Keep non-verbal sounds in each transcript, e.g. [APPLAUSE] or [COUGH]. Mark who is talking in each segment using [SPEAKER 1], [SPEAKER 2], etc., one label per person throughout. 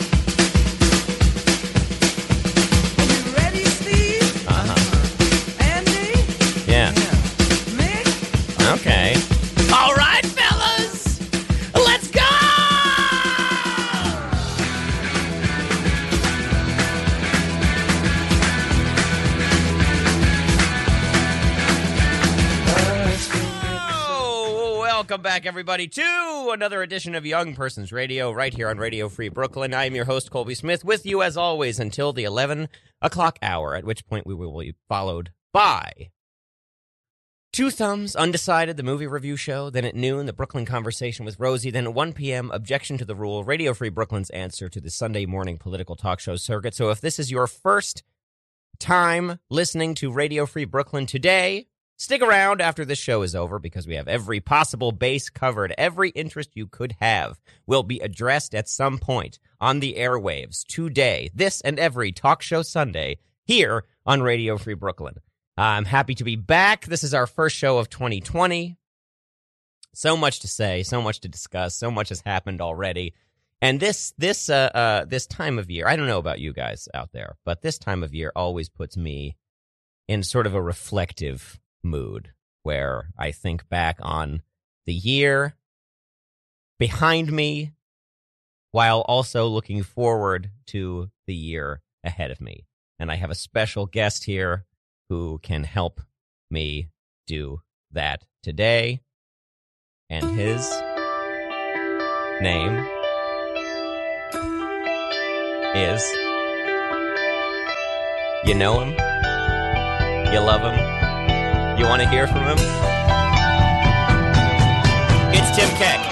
[SPEAKER 1] Uh-huh. Oh, Welcome back, everybody, to another edition of Young Persons Radio right here on Radio Free Brooklyn. I am your host, Colby Smith, with you as always until the 11 o'clock hour, at which point we will be followed by Two Thumbs, Undecided, the movie review show. Then at noon, the Brooklyn conversation with Rosie. Then at 1 p.m., Objection to the Rule, Radio Free Brooklyn's answer to the Sunday morning political talk show circuit. So if this is your first time listening to Radio Free Brooklyn today, stick around after this show is over because we have every possible base covered. Every interest you could have will be addressed at some point on the airwaves today, this and every talk show Sunday here on Radio Free Brooklyn. I'm happy to be back. This is our first show of 2020. So much to say, so much to discuss, so much has happened already. And this this uh, uh this time of year, I don't know about you guys out there, but this time of year always puts me in sort of a reflective mood where I think back on the year behind me while also looking forward to the year ahead of me. And I have a special guest here who can help me do that today. And his name is. You know him? You love him? You want to hear from him? It's Tim Keck. [LAUGHS]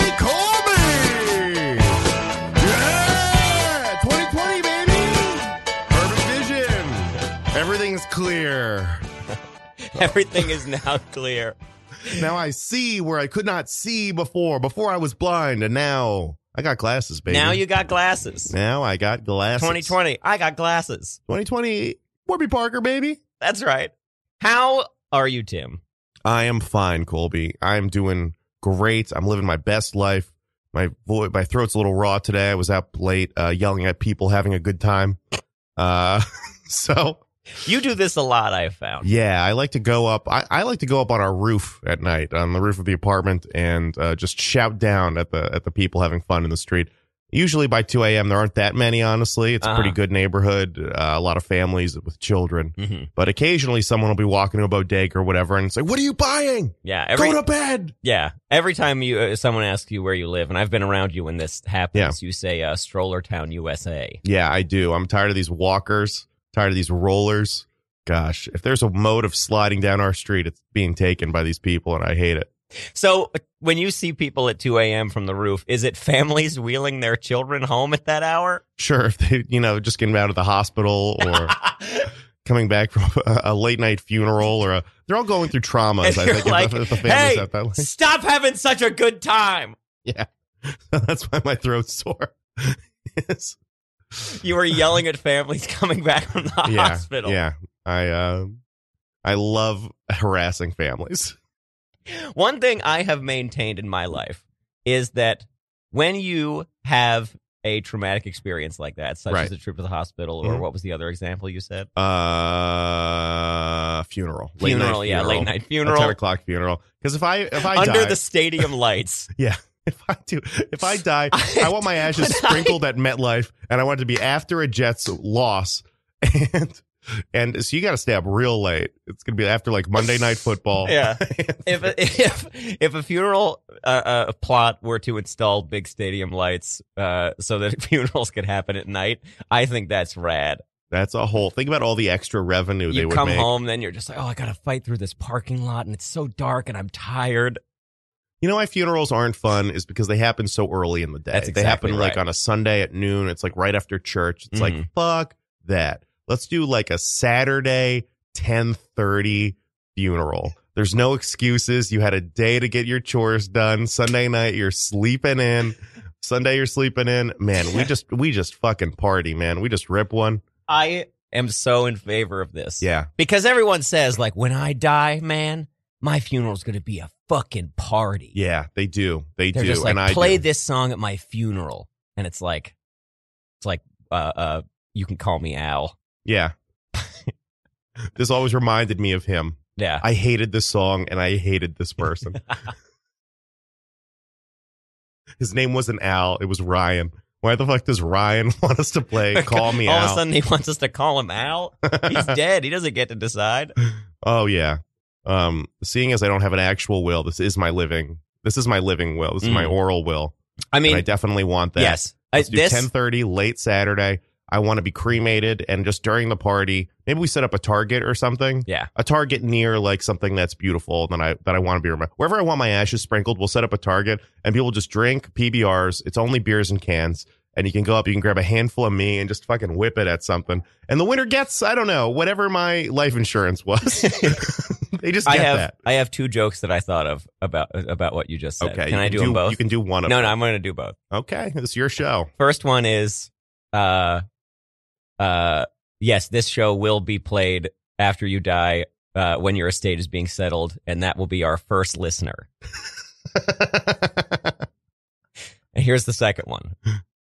[SPEAKER 2] Hey, Colby! Yeah! 2020, baby! Urban vision! Everything's clear.
[SPEAKER 1] Everything is now clear.
[SPEAKER 2] Now I see where I could not see before. Before I was blind, and now I got glasses, baby.
[SPEAKER 1] Now you got glasses.
[SPEAKER 2] Now I got glasses.
[SPEAKER 1] 2020, I got glasses.
[SPEAKER 2] 2020, Warby Parker, baby.
[SPEAKER 1] That's right. How are you, Tim?
[SPEAKER 2] I am fine, Colby. I'm doing great. I'm living my best life. My voice, my throat's a little raw today. I was up late uh, yelling at people, having a good time. Uh, [LAUGHS] so
[SPEAKER 1] You do this a lot, I've found.
[SPEAKER 2] Yeah, I like to go up. I, I like to go up on our roof at night, on the roof of the apartment, and uh, just shout down at the at the people having fun in the street. Usually by 2 a.m. there aren't that many. Honestly, it's a pretty
[SPEAKER 1] Uh-huh.
[SPEAKER 2] good neighborhood. Uh, a lot of families with children,
[SPEAKER 1] hmm
[SPEAKER 2] but occasionally someone will be walking to a bodega or whatever, and it's like, "What are you buying?
[SPEAKER 1] Yeah, every
[SPEAKER 2] go to bed."
[SPEAKER 1] yeah every time you uh, someone asks you where you live, and I've been around you when this happens, you say uh, Stroller Town, USA.
[SPEAKER 2] Yeah, I do. I'm tired of these walkers. Tired of these rollers. Gosh, if there's a mode of sliding down our street, it's being taken by these people, and I hate it.
[SPEAKER 1] So uh, when you see people at 2 a.m. from the roof, is it families wheeling their children home at that hour? [LAUGHS]
[SPEAKER 2] Sure, [LAUGHS] if they, you know, just getting out of the hospital or coming back from a, a late night funeral or a, they're all going through traumas.
[SPEAKER 1] And
[SPEAKER 2] I
[SPEAKER 1] you're
[SPEAKER 2] think if the-
[SPEAKER 1] like,
[SPEAKER 2] if the, family's
[SPEAKER 1] "Hey!"
[SPEAKER 2] at that late.
[SPEAKER 1] Stop having such a good time.
[SPEAKER 2] [LAUGHS] That's why my throat's sore. [LAUGHS] yes.
[SPEAKER 1] You were yelling at families [LAUGHS] coming back from the
[SPEAKER 2] yeah,
[SPEAKER 1] hospital.
[SPEAKER 2] Yeah. I um, I love harassing families.
[SPEAKER 1] One thing I have maintained in my life is that when you have a traumatic experience like that, such
[SPEAKER 2] Right.
[SPEAKER 1] as the trip to the hospital, or
[SPEAKER 2] Mhm.
[SPEAKER 1] what was the other example you said?
[SPEAKER 2] Uh, funeral, late
[SPEAKER 1] funeral,
[SPEAKER 2] night
[SPEAKER 1] yeah, late night
[SPEAKER 2] A ten
[SPEAKER 1] funeral
[SPEAKER 2] o'clock funeral. Because if I if I
[SPEAKER 1] under
[SPEAKER 2] die,
[SPEAKER 1] the stadium lights.
[SPEAKER 2] [LAUGHS] if I do, if
[SPEAKER 1] [LAUGHS]
[SPEAKER 2] I die, I want my ashes
[SPEAKER 1] When I-
[SPEAKER 2] sprinkled at MetLife, and I want it to be after a Jets loss, [LAUGHS] and and so you got to stay up real late. It's gonna be after like Monday Night Football.
[SPEAKER 1] [LAUGHS] Yeah. if
[SPEAKER 2] [LAUGHS]
[SPEAKER 1] a, if if a funeral uh, uh, plot were to install big stadium lights uh, so that [LAUGHS] funerals could happen at night, I think that's rad.
[SPEAKER 2] that's a whole. Think about all the extra revenue they
[SPEAKER 1] you
[SPEAKER 2] would
[SPEAKER 1] come
[SPEAKER 2] make.
[SPEAKER 1] home, then you're just like, oh, I gotta fight through this parking lot, and it's so dark, and I'm tired.
[SPEAKER 2] You know why funerals aren't fun is because they happen so early in the day.
[SPEAKER 1] That's
[SPEAKER 2] they
[SPEAKER 1] exactly
[SPEAKER 2] happen like
[SPEAKER 1] right.
[SPEAKER 2] on a Sunday at noon. It's like right after church. It's
[SPEAKER 1] Mhm.
[SPEAKER 2] like fuck that. Let's do like a Saturday ten thirty funeral. There's no excuses. You had a day to get your chores done. Sunday night you're sleeping in. Sunday you're sleeping in. Man, we just we just fucking party, man. We just rip one.
[SPEAKER 1] I am so in favor of this.
[SPEAKER 2] Yeah.
[SPEAKER 1] Because everyone says, like, when I die, man, my funeral's gonna be a fucking party.
[SPEAKER 2] Yeah, they do. They
[SPEAKER 1] They're
[SPEAKER 2] do.
[SPEAKER 1] just like,
[SPEAKER 2] and I
[SPEAKER 1] play
[SPEAKER 2] do.
[SPEAKER 1] this song at my funeral. And it's like, it's like, uh, uh, you can call me Al.
[SPEAKER 2] Yeah. [LAUGHS] this always reminded me of him.
[SPEAKER 1] Yeah.
[SPEAKER 2] I hated this song and I hated this
[SPEAKER 1] [LAUGHS]
[SPEAKER 2] person. His name wasn't Al, it was Ryan. Why the fuck does Ryan [LAUGHS] want us to play
[SPEAKER 1] [LAUGHS]
[SPEAKER 2] Call Me
[SPEAKER 1] All of
[SPEAKER 2] Al? [LAUGHS]
[SPEAKER 1] a sudden, he wants us to call him Al. He's dead. He doesn't get to decide.
[SPEAKER 2] oh yeah. Um, seeing as I don't have an actual will, this is my living. This is my living will. This is my
[SPEAKER 1] Mm.
[SPEAKER 2] oral will.
[SPEAKER 1] I mean,
[SPEAKER 2] and I definitely want that.
[SPEAKER 1] yes. I-
[SPEAKER 2] Let's do
[SPEAKER 1] this,
[SPEAKER 2] ten thirty late Saturday. I want to be cremated, and just during the party, maybe we set up a target or something.
[SPEAKER 1] Yeah.
[SPEAKER 2] a target near like something that's beautiful that I that I want to be remembered. Wherever I want my ashes sprinkled, we'll set up a target, and people just drink PBRs. It's only beers and cans, and you can go up, you can grab a handful of me, and just fucking whip it at something. And the winner gets I don't know whatever my life insurance was. [LAUGHS] they just get
[SPEAKER 1] I have
[SPEAKER 2] that.
[SPEAKER 1] I have two jokes that I thought of about about what you just said.
[SPEAKER 2] Okay,
[SPEAKER 1] Can I
[SPEAKER 2] you
[SPEAKER 1] do, them both?
[SPEAKER 2] You can do one of.
[SPEAKER 1] no, no, I'm going to do both.
[SPEAKER 2] Okay, it's your show.
[SPEAKER 1] First one is, uh, uh, yes, this show will be played after you die, uh, when your estate is being settled, and that will be our first listener. And here's the second
[SPEAKER 2] [GASPS]
[SPEAKER 1] one.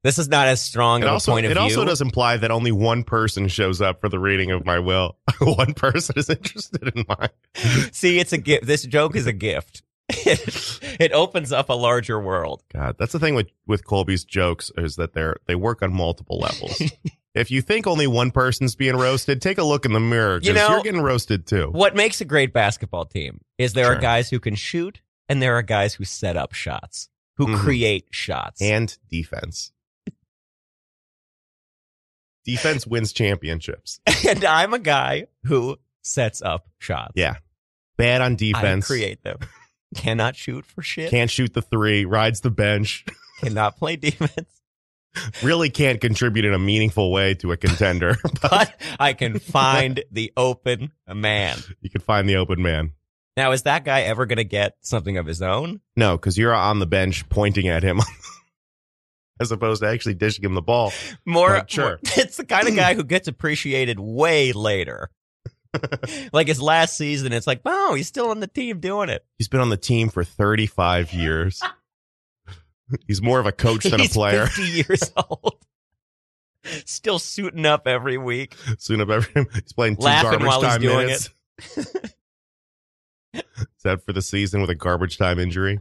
[SPEAKER 1] This is not as strong
[SPEAKER 2] It
[SPEAKER 1] of
[SPEAKER 2] also,
[SPEAKER 1] a point of
[SPEAKER 2] it
[SPEAKER 1] view.
[SPEAKER 2] also does imply that only one person shows up for the reading of my will. [LAUGHS] one person is interested in mine.
[SPEAKER 1] [LAUGHS] See, it's a gift. This joke is a gift. [LAUGHS] it opens up a larger world.
[SPEAKER 2] God, that's the thing with with Colby's jokes is that they're they work on
[SPEAKER 1] [LAUGHS]
[SPEAKER 2] multiple levels. if you think only one person's being roasted, take a look in the mirror because
[SPEAKER 1] You
[SPEAKER 2] you
[SPEAKER 1] know-
[SPEAKER 2] are getting roasted too.
[SPEAKER 1] What makes a great basketball team is there are
[SPEAKER 2] Sure.
[SPEAKER 1] guys who can shoot and there are guys who set up shots, who
[SPEAKER 2] Mhm.
[SPEAKER 1] create shots.
[SPEAKER 2] And defense. defense wins championships.
[SPEAKER 1] [LAUGHS] and I'm a guy who sets up shots.
[SPEAKER 2] Yeah, Bad on
[SPEAKER 1] I
[SPEAKER 2] defense.
[SPEAKER 1] create them. [LAUGHS] Cannot shoot for shit.
[SPEAKER 2] Can't shoot the three. Rides the bench. [LAUGHS]
[SPEAKER 1] Cannot play defense.
[SPEAKER 2] really can't contribute in a meaningful way to a contender. [LAUGHS]
[SPEAKER 1] But I can find the open man.
[SPEAKER 2] you can find the open man.
[SPEAKER 1] Now, is that guy ever going to get something of his own?
[SPEAKER 2] No, because you're on the bench pointing at him [LAUGHS] as opposed to actually dishing him the ball.
[SPEAKER 1] More,
[SPEAKER 2] But sure.
[SPEAKER 1] more- [LAUGHS] it's the kind of guy who gets appreciated way
[SPEAKER 2] [LAUGHS]
[SPEAKER 1] later. like his last season, it's like, wow, he's still on the team doing it.
[SPEAKER 2] He's been on the team for 35 years. [LAUGHS] He's more of a coach than
[SPEAKER 1] [LAUGHS]
[SPEAKER 2] a
[SPEAKER 1] He's
[SPEAKER 2] player. [LAUGHS]
[SPEAKER 1] 50 years old. Still suiting up every week.
[SPEAKER 2] Soon up every he's playing two
[SPEAKER 1] Laughing
[SPEAKER 2] garbage
[SPEAKER 1] while he's
[SPEAKER 2] time
[SPEAKER 1] doing
[SPEAKER 2] minutes. Is that for the season with a garbage time injury?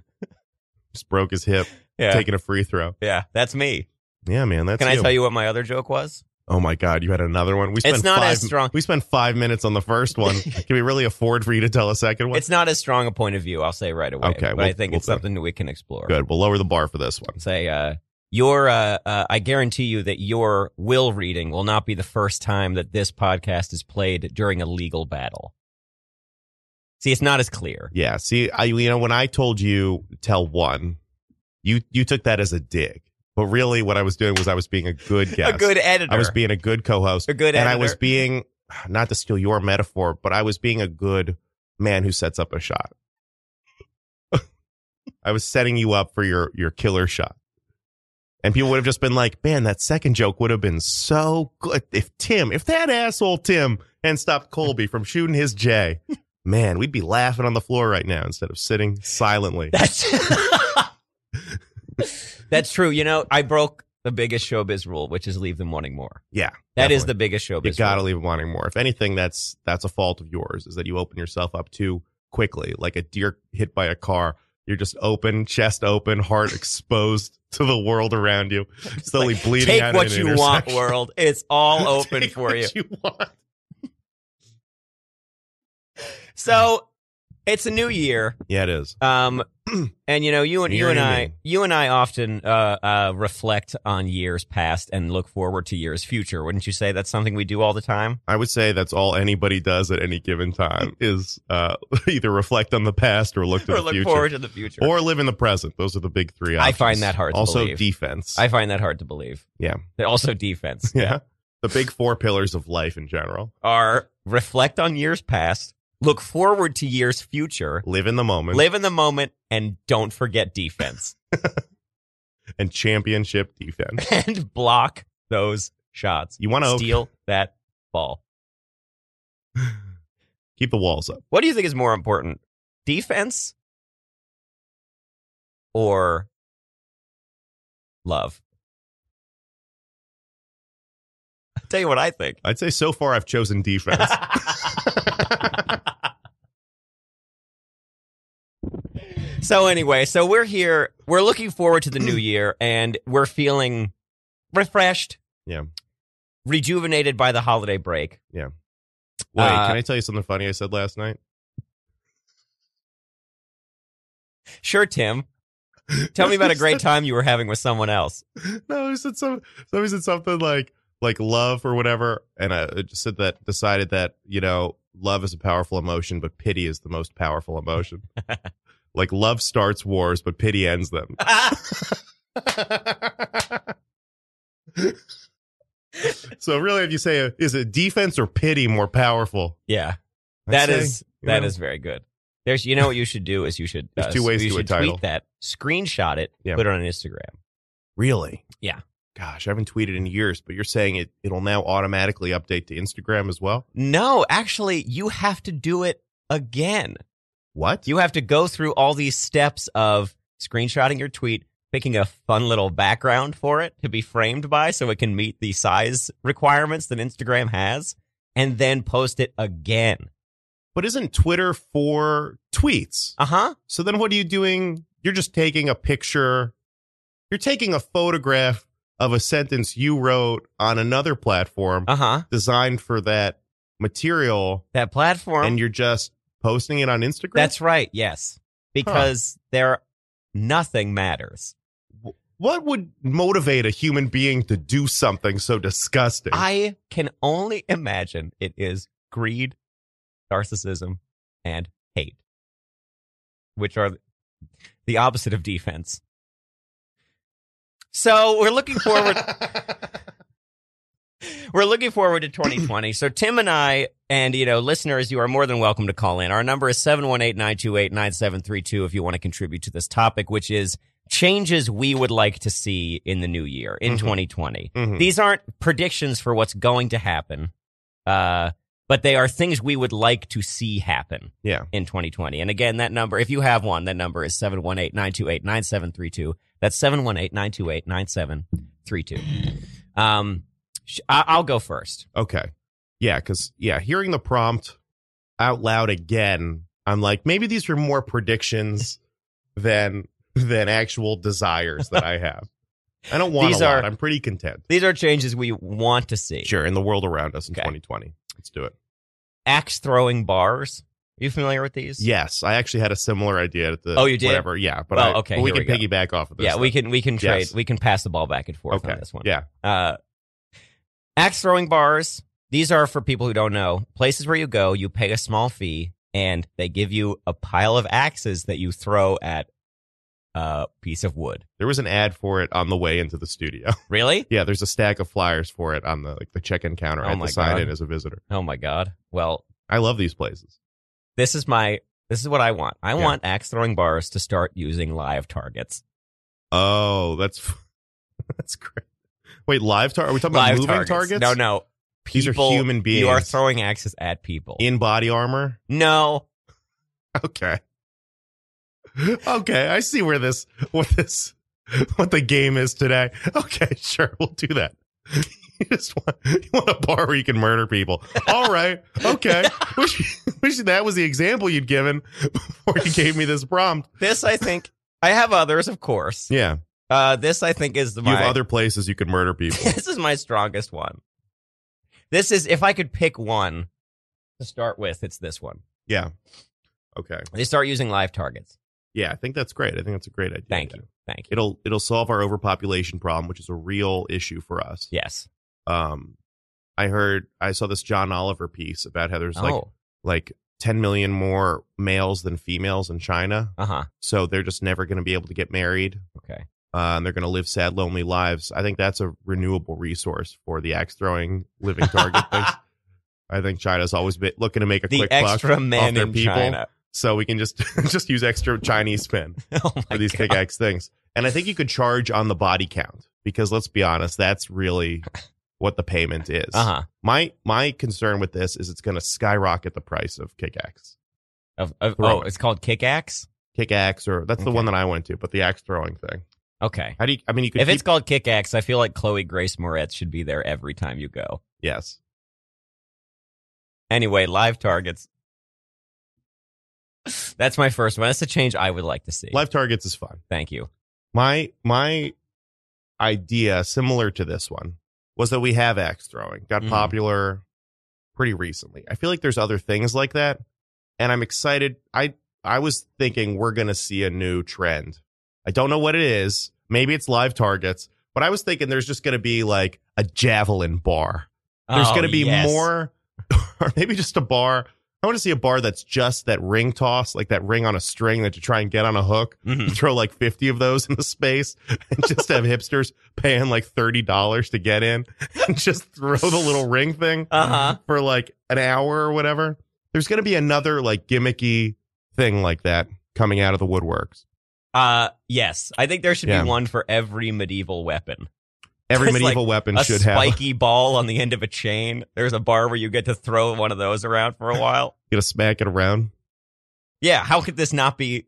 [SPEAKER 2] Just broke his hip,
[SPEAKER 1] Yeah.
[SPEAKER 2] taking a free throw.
[SPEAKER 1] yeah. That's me.
[SPEAKER 2] Yeah, man, that's
[SPEAKER 1] Can I tell you what my other joke was?
[SPEAKER 2] Oh my God, you had another one. We spent
[SPEAKER 1] it's not
[SPEAKER 2] five,
[SPEAKER 1] as strong.
[SPEAKER 2] We spent five minutes on the
[SPEAKER 1] [LAUGHS]
[SPEAKER 2] first one. Can we really afford for you to tell a second one?
[SPEAKER 1] It's not as strong a point of view, I'll say right away.
[SPEAKER 2] Okay,
[SPEAKER 1] But
[SPEAKER 2] we'll-
[SPEAKER 1] I think
[SPEAKER 2] we'll
[SPEAKER 1] it's
[SPEAKER 2] do it.
[SPEAKER 1] something that we can explore.
[SPEAKER 2] Good. We'll lower the bar for this one.
[SPEAKER 1] Say, uh, your, uh, uh, I guarantee you that your will reading will not be the first time that this podcast is played during a legal battle. See, it's not as clear.
[SPEAKER 2] Yeah. See, I you know when I told you tell one, you you took that as a dig, but really what I was doing was I was being a good
[SPEAKER 1] [LAUGHS]
[SPEAKER 2] guest.
[SPEAKER 1] A good editor.
[SPEAKER 2] I was being a good co-host,
[SPEAKER 1] a good
[SPEAKER 2] and
[SPEAKER 1] editor.
[SPEAKER 2] I was being not to steal your metaphor, but I was being a good man who sets up a shot. [LAUGHS] I was setting you up for your your killer shot. And people would have just been like, man, that second joke would have been so good. If Tim, if that asshole Tim had stopped Colby from shooting his J, [LAUGHS] man, we'd be laughing on the floor right now instead of sitting silently.
[SPEAKER 1] That's
[SPEAKER 2] [LAUGHS]
[SPEAKER 1] that's true. You know, I broke the biggest showbiz rule, which is leave them wanting more.
[SPEAKER 2] Yeah,
[SPEAKER 1] that is
[SPEAKER 2] definitely.
[SPEAKER 1] the biggest showbiz.
[SPEAKER 2] You gotta
[SPEAKER 1] rule.
[SPEAKER 2] leave wanting more. If anything, that's that's a fault of yours, is that you open yourself up too quickly, like a deer hit by a car. You're just open, chest open, heart exposed [LAUGHS] to the world
[SPEAKER 1] [LAUGHS]
[SPEAKER 2] around you, slowly bleeding
[SPEAKER 1] Take
[SPEAKER 2] out.
[SPEAKER 1] what
[SPEAKER 2] at an
[SPEAKER 1] you want,
[SPEAKER 2] intersection.
[SPEAKER 1] world. It's
[SPEAKER 2] [LAUGHS]
[SPEAKER 1] all open
[SPEAKER 2] Take
[SPEAKER 1] for
[SPEAKER 2] what
[SPEAKER 1] you.
[SPEAKER 2] want.
[SPEAKER 1] So it's a new year.
[SPEAKER 2] Yeah, it is.
[SPEAKER 1] Um, [CLEARS THROAT] and you know, you and you
[SPEAKER 2] Year
[SPEAKER 1] and
[SPEAKER 2] new
[SPEAKER 1] I,
[SPEAKER 2] me.
[SPEAKER 1] you and I often uh, uh, reflect on years past and look forward to years future. Wouldn't you say that's something we do all the time?
[SPEAKER 2] I would say that's all anybody does at any given time
[SPEAKER 1] [LAUGHS]
[SPEAKER 2] is uh, [LAUGHS] either reflect on the past or look to
[SPEAKER 1] or
[SPEAKER 2] the
[SPEAKER 1] look
[SPEAKER 2] future.
[SPEAKER 1] forward to the future?
[SPEAKER 2] Or live in the present. Those are the big three.
[SPEAKER 1] I
[SPEAKER 2] Options.
[SPEAKER 1] find that hard to
[SPEAKER 2] Also,
[SPEAKER 1] believe.
[SPEAKER 2] defense.
[SPEAKER 1] I find that hard to believe.
[SPEAKER 2] Yeah.
[SPEAKER 1] Also, defense.
[SPEAKER 2] [LAUGHS]
[SPEAKER 1] [LAUGHS]
[SPEAKER 2] yeah, the big four pillars of life in general.
[SPEAKER 1] are reflect on years past, look forward to years future,
[SPEAKER 2] live in the moment
[SPEAKER 1] live in the moment, and don't forget defense [LAUGHS]
[SPEAKER 2] and championship defense.
[SPEAKER 1] and block those shots.
[SPEAKER 2] You want to
[SPEAKER 1] Steal that ball.
[SPEAKER 2] keep the walls up.
[SPEAKER 1] What do you think is more important, defense or love? I'll tell you what I think.
[SPEAKER 2] I'd say so far I've
[SPEAKER 1] [LAUGHS]
[SPEAKER 2] chosen defense.
[SPEAKER 1] so anyway, so we're here. We're looking forward to the new year, and we're feeling refreshed.
[SPEAKER 2] Yeah.
[SPEAKER 1] Rejuvenated by the holiday break.
[SPEAKER 2] Wait,
[SPEAKER 1] Uh,
[SPEAKER 2] can I tell you something funny I said last night?
[SPEAKER 1] Sure, Tim. Tell me about a great time you were having with someone else.
[SPEAKER 2] No, he said some. Somebody said something like like love or whatever, and I I just said that decided that you know love is a powerful emotion, but pity is the most powerful
[SPEAKER 1] [LAUGHS]
[SPEAKER 2] emotion. like love starts wars, but pity
[SPEAKER 1] [LAUGHS]
[SPEAKER 2] ends them. so really, if you say is it defense or pity more powerful?
[SPEAKER 1] yeah,
[SPEAKER 2] I'd
[SPEAKER 1] that
[SPEAKER 2] say,
[SPEAKER 1] is
[SPEAKER 2] you
[SPEAKER 1] that
[SPEAKER 2] know,
[SPEAKER 1] is very good. There's, you know, what you should do is you should uh,
[SPEAKER 2] There's two ways
[SPEAKER 1] you
[SPEAKER 2] to a
[SPEAKER 1] should
[SPEAKER 2] title.
[SPEAKER 1] tweet that, screenshot it,
[SPEAKER 2] Yeah.
[SPEAKER 1] put it on Instagram.
[SPEAKER 2] really
[SPEAKER 1] Yeah.
[SPEAKER 2] Gosh, I haven't tweeted in years, but you're saying it it'll now automatically update to Instagram as well.
[SPEAKER 1] No, actually, you have to do it again.
[SPEAKER 2] What?
[SPEAKER 1] You have to go through all these steps of screenshotting your tweet, picking a fun little background for it to be framed by so it can meet the size requirements that Instagram has, and then post it again.
[SPEAKER 2] But isn't Twitter for tweets?
[SPEAKER 1] Uh huh.
[SPEAKER 2] So then what are you doing? You're just taking a picture. You're taking a photograph of a sentence you wrote on another platform
[SPEAKER 1] Uh huh.
[SPEAKER 2] designed for that material
[SPEAKER 1] That platform.
[SPEAKER 2] and you're just posting it on Instagram?
[SPEAKER 1] That's right. Yes. Because there, nothing matters.
[SPEAKER 2] what would motivate a human being to do something so disgusting?
[SPEAKER 1] [LAUGHS] I can only imagine it is greed, narcissism, and hate, which are the opposite of defense. So we're looking
[SPEAKER 2] [LAUGHS]
[SPEAKER 1] forward. we're looking forward to 2020. So Tim and I, and you know, listeners, you are more than welcome to call in. Our number is 718-928-9732 if you want to contribute to this topic, which is changes we would like to see in the new year in
[SPEAKER 2] Mhm.
[SPEAKER 1] 2020
[SPEAKER 2] Mhm.
[SPEAKER 1] these aren't predictions for what's going to happen, uh, but they are things we would like to see happen
[SPEAKER 2] Yeah.
[SPEAKER 1] in 2020. And again, that number, if you have one, that number is 718 928 9732. That's 718 928 9732. Um, sh- I- I'll go first.
[SPEAKER 2] Okay. Yeah, because yeah, hearing the prompt out loud again, I'm like, maybe these are more
[SPEAKER 1] [LAUGHS]
[SPEAKER 2] predictions than than actual desires that I have. I don't want
[SPEAKER 1] These
[SPEAKER 2] a lot.
[SPEAKER 1] are-
[SPEAKER 2] I'm pretty content.
[SPEAKER 1] These are changes we want to see.
[SPEAKER 2] Sure, in the world around us in
[SPEAKER 1] Okay.
[SPEAKER 2] 2020. Let's do it.
[SPEAKER 1] Axe throwing bars. Are you familiar with these?
[SPEAKER 2] Yes, I actually had a similar idea at the
[SPEAKER 1] Oh, you did?
[SPEAKER 2] whatever. Yeah, but,
[SPEAKER 1] Well,
[SPEAKER 2] I-
[SPEAKER 1] okay,
[SPEAKER 2] but we
[SPEAKER 1] here
[SPEAKER 2] can
[SPEAKER 1] we
[SPEAKER 2] piggyback off of this.
[SPEAKER 1] Yeah, we
[SPEAKER 2] then.
[SPEAKER 1] can we can trade
[SPEAKER 2] Yes.
[SPEAKER 1] we can pass the ball back and forth on
[SPEAKER 2] Okay.
[SPEAKER 1] this one.
[SPEAKER 2] Yeah.
[SPEAKER 1] Uh, axe throwing bars. These are for people who don't know places where you go. You pay a small fee, and they give you a pile of axes that you throw at a piece of wood.
[SPEAKER 2] There was an ad for it on the way into the studio. [LAUGHS]
[SPEAKER 1] Really?
[SPEAKER 2] yeah, there's a stack of flyers for it on the like the check-in counter.
[SPEAKER 1] Oh
[SPEAKER 2] I had
[SPEAKER 1] my
[SPEAKER 2] to sign
[SPEAKER 1] God.
[SPEAKER 2] in as a visitor.
[SPEAKER 1] Oh my god. Well,
[SPEAKER 2] I love these places.
[SPEAKER 1] this is my this is what I want. I
[SPEAKER 2] Yeah.
[SPEAKER 1] want axe throwing bars to start using live targets.
[SPEAKER 2] Oh, that's [LAUGHS] that's great. Wait, live tar? Are we talking about
[SPEAKER 1] live
[SPEAKER 2] moving targets?
[SPEAKER 1] No, no. People,
[SPEAKER 2] These are human beings.
[SPEAKER 1] You are throwing axes at people.
[SPEAKER 2] in body armor. [LAUGHS]
[SPEAKER 1] no.
[SPEAKER 2] Okay, okay, I see where this what this [LAUGHS] what the game is today. [LAUGHS] Okay, sure, we'll do that. [LAUGHS] You just want you want a bar where you can murder people. All right,
[SPEAKER 1] [LAUGHS]
[SPEAKER 2] okay. [LAUGHS] Wish, wish that was the example you'd given [LAUGHS] before you gave me this prompt.
[SPEAKER 1] This I think I have others, of course.
[SPEAKER 2] Yeah,
[SPEAKER 1] Uh, this I think is the
[SPEAKER 2] you
[SPEAKER 1] my, [LAUGHS]
[SPEAKER 2] have other places you could murder people.
[SPEAKER 1] this is my strongest one. This is if I could pick one to start with, it's this one.
[SPEAKER 2] yeah. Okay.
[SPEAKER 1] They start using live targets.
[SPEAKER 2] Yeah, I think that's great. I think that's a great idea.
[SPEAKER 1] Thank
[SPEAKER 2] Yeah.
[SPEAKER 1] you. Thank you.
[SPEAKER 2] It'll it'll solve our overpopulation problem, which is a real issue for us.
[SPEAKER 1] Yes.
[SPEAKER 2] Um, I heard I saw this John Oliver piece about how there's like
[SPEAKER 1] oh.
[SPEAKER 2] like 10 million more males than females in China,
[SPEAKER 1] Uh huh.
[SPEAKER 2] so they're just never going to be able to get married.
[SPEAKER 1] Okay.
[SPEAKER 2] Uh, and they're going to live sad, lonely lives. I think that's a renewable resource for the axe throwing living target
[SPEAKER 1] [LAUGHS]
[SPEAKER 2] things. I think China's always been looking to make a
[SPEAKER 1] The
[SPEAKER 2] quick buck,
[SPEAKER 1] extra
[SPEAKER 2] off
[SPEAKER 1] men
[SPEAKER 2] their
[SPEAKER 1] in
[SPEAKER 2] people.
[SPEAKER 1] China. [LAUGHS]
[SPEAKER 2] so we can just [LAUGHS] just use extra Chinese spin.
[SPEAKER 1] Oh my
[SPEAKER 2] for these
[SPEAKER 1] God.
[SPEAKER 2] pickaxe things. And I think you could charge on the body count because let's be honest,
[SPEAKER 1] [LAUGHS]
[SPEAKER 2] that's really what the payment is.
[SPEAKER 1] Uh huh.
[SPEAKER 2] My my concern with this is it's going to skyrocket the price of kickaxe,
[SPEAKER 1] Of, of,
[SPEAKER 2] Throw
[SPEAKER 1] oh,
[SPEAKER 2] it.
[SPEAKER 1] it's called kick axe.
[SPEAKER 2] kickaxe, or that's the
[SPEAKER 1] Okay.
[SPEAKER 2] one that I went to, but the axe throwing thing.
[SPEAKER 1] Okay.
[SPEAKER 2] How do you? I mean, you could.
[SPEAKER 1] If
[SPEAKER 2] keep,
[SPEAKER 1] it's called kick axe, I feel like Chloe Grace Moretz should be there every time you go.
[SPEAKER 2] yes,
[SPEAKER 1] Anyway, live targets. That's my first one. That's a change I would like to see.
[SPEAKER 2] live targets is fun.
[SPEAKER 1] Thank you.
[SPEAKER 2] My my idea, similar to this one, was that we have axe throwing. Got
[SPEAKER 1] Mhm.
[SPEAKER 2] popular pretty recently. I feel like there's other things like that, and I'm excited. I I was thinking we're going to see a new trend. I don't know what it is. Maybe it's live targets, but I was thinking there's just going to be like a javelin bar. There's
[SPEAKER 1] Oh,
[SPEAKER 2] going to be
[SPEAKER 1] yes.
[SPEAKER 2] more, [LAUGHS] or maybe just a bar. I want to see a bar that's just that ring toss, like that ring on a string that you try and get on a hook.
[SPEAKER 1] Mhm.
[SPEAKER 2] Throw like 50 of those into space and just have hipsters paying like $30 to get in and just throw the little ring thing
[SPEAKER 1] Uh-huh.
[SPEAKER 2] for like an hour or whatever. There's going to be another like gimmicky thing like that coming out of the woodworks.
[SPEAKER 1] Uh, yes, I think there should
[SPEAKER 2] Yeah.
[SPEAKER 1] be one for every medieval weapon.
[SPEAKER 2] Every
[SPEAKER 1] It's
[SPEAKER 2] medieval weapon
[SPEAKER 1] a
[SPEAKER 2] should have
[SPEAKER 1] spiky ball on the end of a chain. There's a bar where you get to throw one of those around for a while.
[SPEAKER 2] get to smack it around.
[SPEAKER 1] Yeah, how could this not be?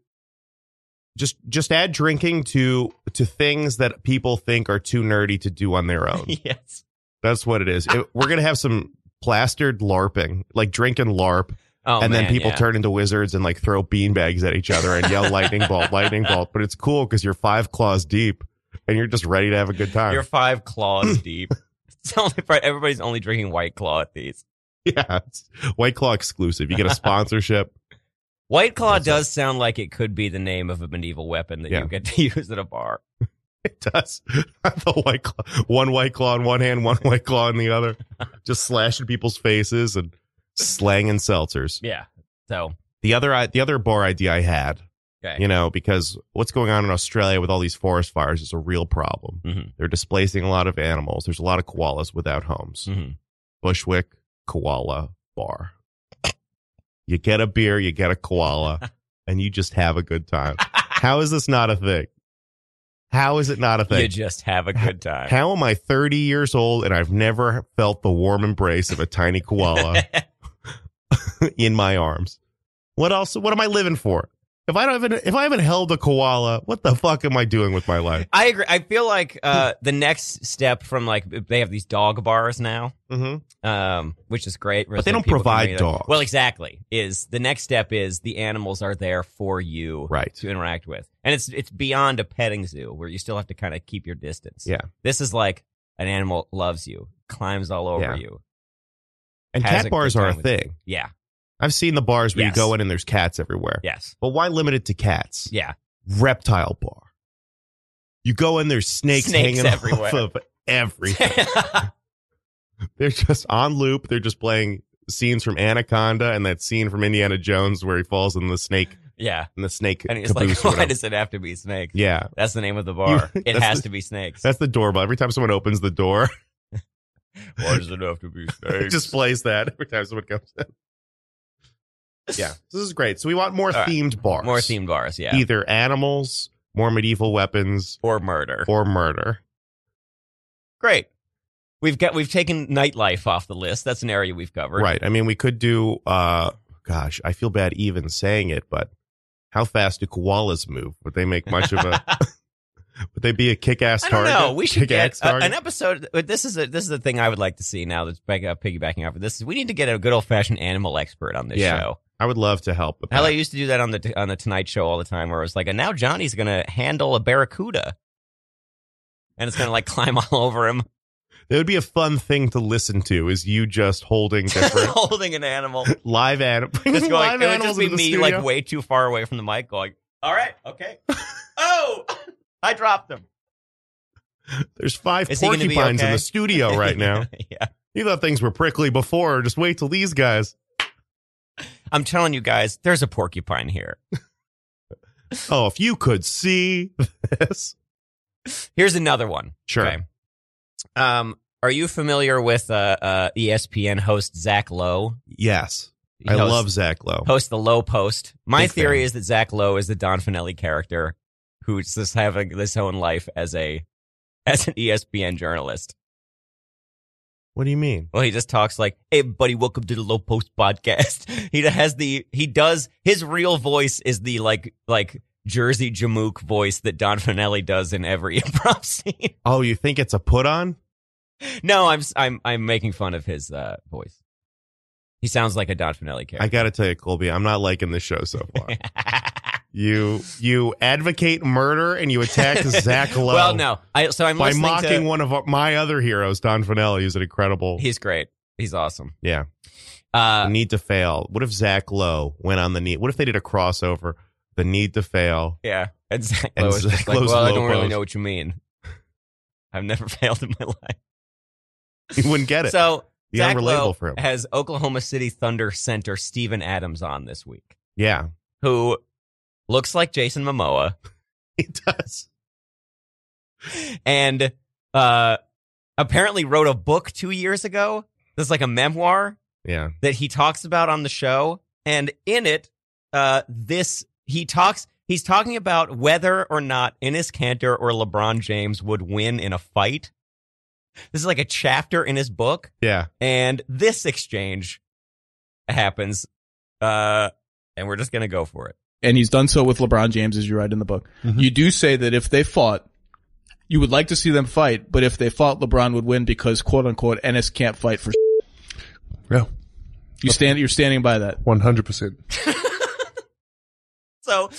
[SPEAKER 1] [LAUGHS]
[SPEAKER 2] Just just add drinking to to things that people think are too nerdy to do on their
[SPEAKER 1] [LAUGHS]
[SPEAKER 2] own.
[SPEAKER 1] yes.
[SPEAKER 2] That's what it is. It- we're gonna have some plastered larping, like drinking larp,
[SPEAKER 1] Oh,
[SPEAKER 2] and
[SPEAKER 1] man,
[SPEAKER 2] then people
[SPEAKER 1] yeah.
[SPEAKER 2] turn into wizards and like throw beanbags at each other
[SPEAKER 1] [LAUGHS]
[SPEAKER 2] and yell lightning bolt, lightning bolt. But it's cool because you're five claws deep and you're just ready to have a good time.
[SPEAKER 1] You're five claws deep. It's only everybody's only drinking White Claw at these.
[SPEAKER 2] [LAUGHS] yeah, it's White Claw exclusive. You get a sponsorship. [LAUGHS]
[SPEAKER 1] White Claw
[SPEAKER 2] That's
[SPEAKER 1] does sound like it could be the name of a medieval weapon that
[SPEAKER 2] Yeah.
[SPEAKER 1] you get [LAUGHS] to use at a bar.
[SPEAKER 2] It does [LAUGHS] the White Claw, one White Claw in one hand, one White Claw in
[SPEAKER 1] [LAUGHS]
[SPEAKER 2] the other, just slashing people's faces and slanging seltzers.
[SPEAKER 1] Yeah. So
[SPEAKER 2] The other I- the other bar idea I had
[SPEAKER 1] okay.
[SPEAKER 2] you know, because what's going on in Australia with all these forest fires is a real problem.
[SPEAKER 1] Mhm.
[SPEAKER 2] They're displacing a lot of animals. There's a lot of koalas without homes.
[SPEAKER 1] Mhm.
[SPEAKER 2] Bushwick Koala Bar. You get a beer, you get
[SPEAKER 1] [LAUGHS]
[SPEAKER 2] a koala, and you just have a good time. How is this not a thing? How is it not a
[SPEAKER 1] you
[SPEAKER 2] thing?
[SPEAKER 1] just have a good time.
[SPEAKER 2] How am I 30 years old and I've never felt the warm embrace of a
[SPEAKER 1] [LAUGHS]
[SPEAKER 2] tiny koala in my arms. What else? What am I living for? If I don't even if I haven't held a koala, what the fuck am I doing with
[SPEAKER 1] [LAUGHS]
[SPEAKER 2] my life?
[SPEAKER 1] I agree. I feel like uh, the next step from like they have these dog bars now,
[SPEAKER 2] Mm-hmm.
[SPEAKER 1] um, which is great.
[SPEAKER 2] But they don't
[SPEAKER 1] People can
[SPEAKER 2] provide
[SPEAKER 1] bring their-
[SPEAKER 2] dogs.
[SPEAKER 1] Well, exactly. Is the next step is the animals are there for you
[SPEAKER 2] Right.
[SPEAKER 1] to interact with, and it's it's beyond a petting zoo where you still have to kind of keep your distance.
[SPEAKER 2] Yeah.
[SPEAKER 1] this is like an animal loves you, climbs all over
[SPEAKER 2] Yeah.
[SPEAKER 1] you.
[SPEAKER 2] And
[SPEAKER 1] Has a
[SPEAKER 2] cat
[SPEAKER 1] good
[SPEAKER 2] bars are a
[SPEAKER 1] time with it.
[SPEAKER 2] thing.
[SPEAKER 1] Yeah.
[SPEAKER 2] I've seen the bars where
[SPEAKER 1] Yes.
[SPEAKER 2] you go in and there's cats everywhere.
[SPEAKER 1] Yes.
[SPEAKER 2] But why limit it to cats? [LAUGHS]
[SPEAKER 1] Yeah. [LAUGHS]
[SPEAKER 2] Reptile bar. You go in, there's snakes,
[SPEAKER 1] Snakes
[SPEAKER 2] hanging [LAUGHS]
[SPEAKER 1] everywhere.
[SPEAKER 2] off of everything.
[SPEAKER 1] [LAUGHS]
[SPEAKER 2] They're just on loop. They're just playing scenes from Anaconda and that scene from Indiana Jones where he falls in the snake
[SPEAKER 1] yeah.
[SPEAKER 2] in the snake
[SPEAKER 1] And it's like,
[SPEAKER 2] caboose. or
[SPEAKER 1] why
[SPEAKER 2] whatever.
[SPEAKER 1] does it have to be snakes?
[SPEAKER 2] yeah,
[SPEAKER 1] That's the name of the
[SPEAKER 2] [LAUGHS]
[SPEAKER 1] bar. it
[SPEAKER 2] that's
[SPEAKER 1] has
[SPEAKER 2] the-
[SPEAKER 1] to be
[SPEAKER 2] [LAUGHS]
[SPEAKER 1] snakes.
[SPEAKER 2] that's the doorbell. Every time someone opens the door, [LAUGHS]
[SPEAKER 1] Why does it have to be
[SPEAKER 2] It
[SPEAKER 1] snakes?
[SPEAKER 2] [LAUGHS] just plays that every time someone comes in. Yeah, this is great. So we want more
[SPEAKER 1] All right.
[SPEAKER 2] themed bars.
[SPEAKER 1] More themed bars, yeah.
[SPEAKER 2] Either animals, more medieval weapons,
[SPEAKER 1] or murder.
[SPEAKER 2] or murder.
[SPEAKER 1] Great. We've got we've taken nightlife off the list. That's an area we've covered.
[SPEAKER 2] Right. I mean, we could do. uh Gosh, I feel bad even saying it, but how fast do koalas move? Would they make much of
[SPEAKER 1] [LAUGHS]
[SPEAKER 2] a? would they be a kick-ass
[SPEAKER 1] I don't
[SPEAKER 2] target?
[SPEAKER 1] know. We should get
[SPEAKER 2] Kick-ass
[SPEAKER 1] a,
[SPEAKER 2] target?
[SPEAKER 1] an episode. But this is a, this is the thing I would like to see now. That's back, uh, piggybacking off of this. Is we need to get a good old fashioned animal expert on this
[SPEAKER 2] Yeah.
[SPEAKER 1] show.
[SPEAKER 2] I would love to help with that.
[SPEAKER 1] How they used to do that on the on the Tonight Show all the time, where it was like, and now Johnny's gonna handle a barracuda, and it's gonna like [LAUGHS] climb all over him,
[SPEAKER 2] it would be a fun thing to listen to. Is you
[SPEAKER 1] [LAUGHS]
[SPEAKER 2] just holding different
[SPEAKER 1] holding an
[SPEAKER 2] [LAUGHS]
[SPEAKER 1] animal.
[SPEAKER 2] live animals?
[SPEAKER 1] just
[SPEAKER 2] live
[SPEAKER 1] going, it would
[SPEAKER 2] animals
[SPEAKER 1] just be
[SPEAKER 2] into the
[SPEAKER 1] me
[SPEAKER 2] studio?
[SPEAKER 1] like way too far away from the mic going, all right, okay.
[SPEAKER 2] [LAUGHS]
[SPEAKER 1] oh, [LAUGHS] I dropped them.
[SPEAKER 2] There's five
[SPEAKER 1] Is he gonna be
[SPEAKER 2] porcupines in
[SPEAKER 1] okay? [LAUGHS]
[SPEAKER 2] the studio right now.
[SPEAKER 1] yeah.
[SPEAKER 2] you thought things were prickly before. Just wait till these guys.
[SPEAKER 1] I'm telling you guys, there's a porcupine here.
[SPEAKER 2] Oh, if you could see [LAUGHS] this.
[SPEAKER 1] Here's another one.
[SPEAKER 2] Sure.
[SPEAKER 1] Okay. Um, are you familiar with uh, uh, ESPN host Zach Lowe?
[SPEAKER 2] Yes.
[SPEAKER 1] He
[SPEAKER 2] I
[SPEAKER 1] hosts-
[SPEAKER 2] love Zach Lowe.
[SPEAKER 1] hosts the Low Post. My
[SPEAKER 2] Big
[SPEAKER 1] theory
[SPEAKER 2] fan.
[SPEAKER 1] is that Zach Lowe is the Don Finelli character who's just having this own life as a as an E ESPN journalist.
[SPEAKER 2] What do you mean?
[SPEAKER 1] Well, he just talks like, "Hey, buddy, welcome to the Low Post Podcast." [LAUGHS] he has the he does his real voice is the like like Jersey Jamook voice that Don Finelli does in every [LAUGHS] improv scene.
[SPEAKER 2] Oh, you think it's a put on?
[SPEAKER 1] no, I'm s- I'm I'm making fun of his uh, voice. He sounds like a Don Finelli
[SPEAKER 2] I
[SPEAKER 1] character.
[SPEAKER 2] got to tell you, Colby, I'm not liking this show so
[SPEAKER 1] [LAUGHS]
[SPEAKER 2] far. you you advocate murder and
[SPEAKER 1] [LAUGHS]
[SPEAKER 2] you attack Zach Lowe
[SPEAKER 1] Well, no, I so I'm
[SPEAKER 2] by
[SPEAKER 1] listening to-
[SPEAKER 2] mocking one of our- my other heroes, Don Finelli, who's an incredible.
[SPEAKER 1] He's great. He's awesome.
[SPEAKER 2] Yeah.
[SPEAKER 1] Uh,
[SPEAKER 2] need to fail. What if Zach Lowe went on the need? What if they did a crossover? The need to fail. [LAUGHS]
[SPEAKER 1] yeah. And Zach
[SPEAKER 2] And
[SPEAKER 1] Lowe is
[SPEAKER 2] Zach
[SPEAKER 1] just like,
[SPEAKER 2] Lowe's
[SPEAKER 1] well, I don't really
[SPEAKER 2] Lobos.
[SPEAKER 1] know what you mean. [LAUGHS] I've never [LAUGHS] failed in my life.
[SPEAKER 2] He wouldn't get it.
[SPEAKER 1] So
[SPEAKER 2] Be
[SPEAKER 1] Zach
[SPEAKER 2] unrelatable
[SPEAKER 1] Lowe
[SPEAKER 2] for him.
[SPEAKER 1] has Oklahoma City Thunder center Steven Adams on this week,
[SPEAKER 2] yeah, [LAUGHS]
[SPEAKER 1] who looks like Jason Momoa
[SPEAKER 2] he does.
[SPEAKER 1] and uh, apparently wrote a book two years ago. That's like a memoir
[SPEAKER 2] Yeah,
[SPEAKER 1] that he talks about on the show and in it uh this he talks he's talking about whether or not Ennis Cantor or LeBron James would win in a fight this is like a chapter in his book
[SPEAKER 2] yeah.
[SPEAKER 1] and this exchange happens uh and we're just going to go for it
[SPEAKER 3] and he's done so with LeBron James, as you write in the book.
[SPEAKER 4] Mm-hmm.
[SPEAKER 2] Mhm.
[SPEAKER 3] You do say that if they fought, you would like to see them fight, but if they fought, LeBron would win because "quote unquote" Ennis can't fight for.
[SPEAKER 4] Yeah,
[SPEAKER 3] You stand. You're standing by that.
[SPEAKER 4] one hundred percent.
[SPEAKER 1] so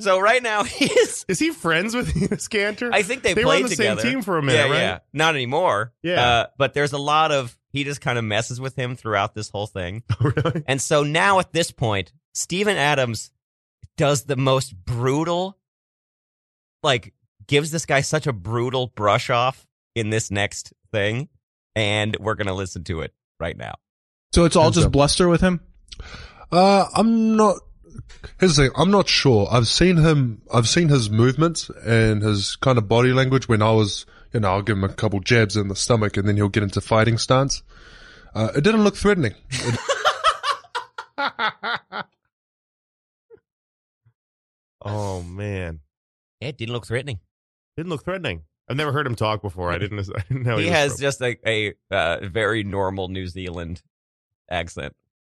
[SPEAKER 1] so right now [LAUGHS] he's
[SPEAKER 2] Is he friends with [LAUGHS] Enos Cantor?
[SPEAKER 1] I think they,
[SPEAKER 2] they were
[SPEAKER 1] played
[SPEAKER 2] on the
[SPEAKER 1] together
[SPEAKER 2] same team for a minute,
[SPEAKER 1] yeah,
[SPEAKER 2] right?
[SPEAKER 1] yeah. Not anymore.
[SPEAKER 2] Yeah.
[SPEAKER 1] Uh, but there's a lot of he just kind of messes with him throughout this whole
[SPEAKER 2] [LAUGHS]
[SPEAKER 1] thing.
[SPEAKER 2] really?
[SPEAKER 1] And so now at this point, Steven Adams does the most brutal like gives this guy such a brutal brush off in this next thing. And we're gonna listen to it right now.
[SPEAKER 3] So it's all
[SPEAKER 4] Hands
[SPEAKER 3] just
[SPEAKER 4] up.
[SPEAKER 3] bluster with him.
[SPEAKER 4] Uh, I'm not. Here's the thing. I'm not sure. I've seen him. I've seen his movements and his kind of body language when I was, you know, I'll give him a couple jabs in the stomach and then he'll get into fighting stance. Uh, it didn't look threatening.
[SPEAKER 2] oh man,
[SPEAKER 1] Yeah, it didn't look threatening.
[SPEAKER 2] didn't look threatening. I've never heard him talk before. I didn't. I didn't know
[SPEAKER 1] he
[SPEAKER 2] he, was
[SPEAKER 1] has
[SPEAKER 2] from-
[SPEAKER 1] just a, a uh, very normal New Zealand accent.